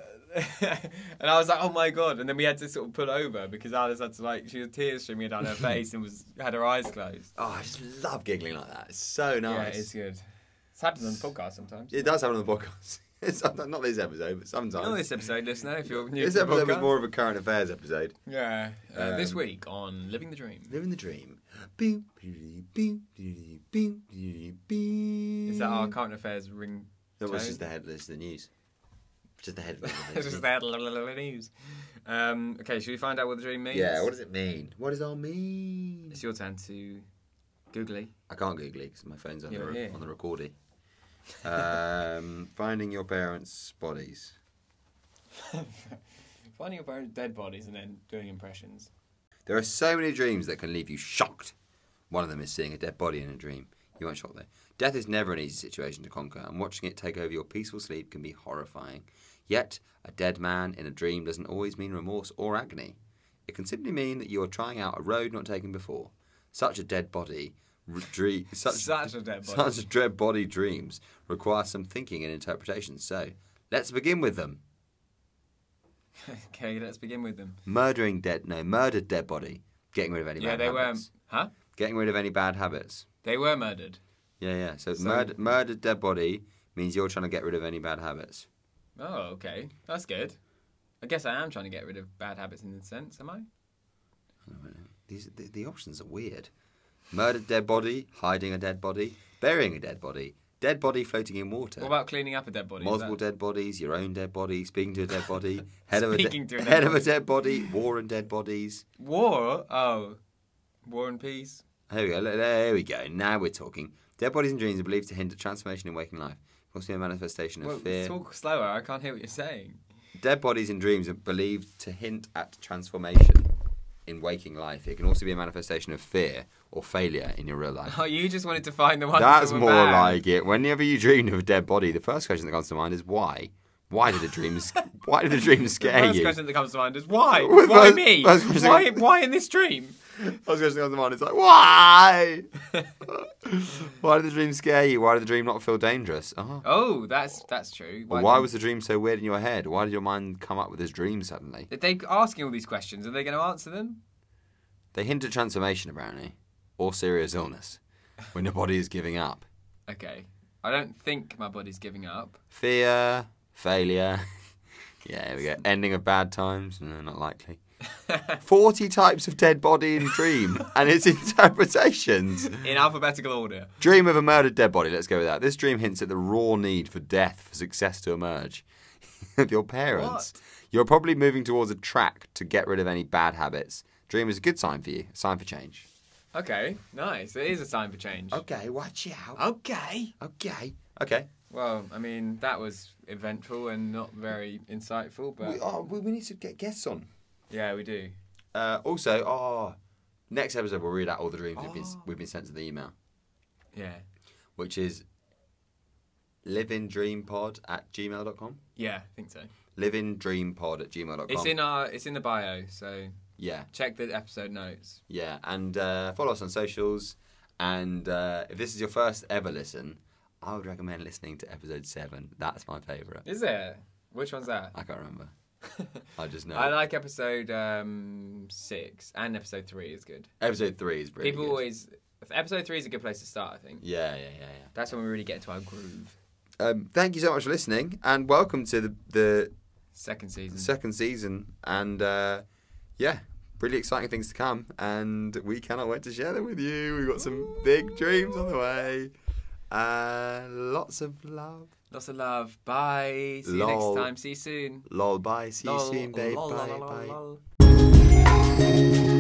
and I was like, "Oh my god!" And then we had to sort of pull over because Alice had to like she had tears streaming down her face and was had her eyes closed.
Oh, I just love giggling like that. It's so
Yeah,
nice.
it's good. It happens on the podcast sometimes.
It does happen on the podcast. It's not, not this episode, but sometimes.
Not this episode, listener. If you're new
This
to the
episode was
podcast.
more of a current affairs episode.
yeah. Uh, this
Um,
week on Living the Dream.
Living the dream. Boom, doo-doo-doo, boom, doo-doo-doo, boom, doo-doo-doo, boom.
Is that our current affairs ring?
That was
tone?
just the head. That's the news. Just the headline.
This is that news. Um, okay, should we find out what the dream means?
yeah. What does it mean? What does all mean?
It's your turn to googly.
I can't Google it because my phone's on,
Yeah,
the, re-
yeah.
on the recording. Um, finding your parents' bodies.
Finding your parents' dead bodies and then doing impressions.
There are so many dreams that can leave you shocked. One of them is seeing a dead body in a dream. You weren't shocked though. Death is never an easy situation to conquer, and watching it take over your peaceful sleep can be horrifying. Yet, a dead man in a dream doesn't always mean remorse or agony. It can simply mean that you are trying out a road not taken before. Such a dead body, re- dream, such,
Such a dead body.
such dead body dreams require some thinking and interpretation. So, let's begin with them.
okay, let's begin with them.
Murdering dead, no, murdered dead body. Getting rid of any
yeah,
bad
they were.
habits.
Huh?
Getting rid of any bad habits.
They were murdered.
Yeah, yeah. So,
So-
murder, murdered dead body means you're trying to get rid of any bad habits.
Oh, okay. That's good. I guess I am trying to get rid of bad habits in a sense, am I?
These the, the options are weird. Murdered dead body, hiding a dead body, burying a dead body, dead body floating in water.
What about cleaning up a dead body? Is
Multiple
that-
dead bodies, your own dead body, speaking to a dead body, head of a, de-
Speaking to a dead
head of a dead body, war and dead bodies.
War? Oh. War and peace?
Here we go. le- There we go. Now we're talking. Dead bodies and dreams are believed to hinder transformation in waking life. It must be a manifestation of
Well,
fear.
talk slower. I can't hear what you're saying.
Dead bodies in dreams are believed to hint at transformation in waking life. It can also be a manifestation of fear or failure in your real life.
Oh, you just wanted to find the one.
That's more like it. Whenever you dreamed of a dead body, the first question that comes to mind is why? Why did the dreams? Why did the dreams
The
scare
first
you?
question that comes to mind is why?
Well,
Why
first-
me?
first question-
Why? Why in this dream?
First question that comes to mind is like why? why did the dream scare you? Why did the dream not feel dangerous? Oh.
Oh, that's that's true.
Why,
did-
was the dream so weird in your head? Why did your mind come up with this dream suddenly?
If they asking all these questions, are they going to answer them?
They hint at transformation, apparently, or serious illness when the body is giving up.
Okay. I don't think my body's giving up.
Fear, failure. yeah, here we go. Ending of bad times. No, not likely. 40 types of dead body in dream and its interpretations.
In alphabetical order.
Dream of a murdered dead body. Let's go with that. This dream hints at the raw need for death for success to emerge. Of your parents.
What?
You're probably moving towards a track to get rid of any bad habits. Dream is a good sign for you, a sign for change.
Okay. Nice. It is a sign for change.
Okay, watch out.
Okay.
Okay. Okay.
Well, I mean, that was eventful and not very insightful, but
We, oh, we we need to get guests on.
yeah, we do.
Uh, also, oh, next episode we'll read out all the dreams we've, been, we've been sent to the email,
Yeah.
which is livingdreampod at gmail.com.
Yeah, I think so.
Livingdreampod at gmail.com.
It's in our it's in the bio, so
yeah,
check the episode notes.
yeah. And uh, follow us on socials. And uh, if this is your first ever listen, I would recommend listening to episode seven. That's my favourite.
Is it? Which one's that?
I can't remember. I just know.
I like episode um, six and episode three is good.
episode three is really
People
good.
always episode three is a good place to start. I think
Yeah, yeah, yeah, yeah.
that's when we really get into our groove.
Um, thank you so much for listening, and welcome to the, the
Second season.
second season and uh, yeah really exciting things to come and we cannot wait to share them with you we've got some big dreams on the way Uh, lots of love.
Lots of love. Bye. See you
Lol.
next time. See you soon.
Lol, bye. See
Lol,
you soon, babe.
lol,
bye,
lol, lol,
bye.
lol.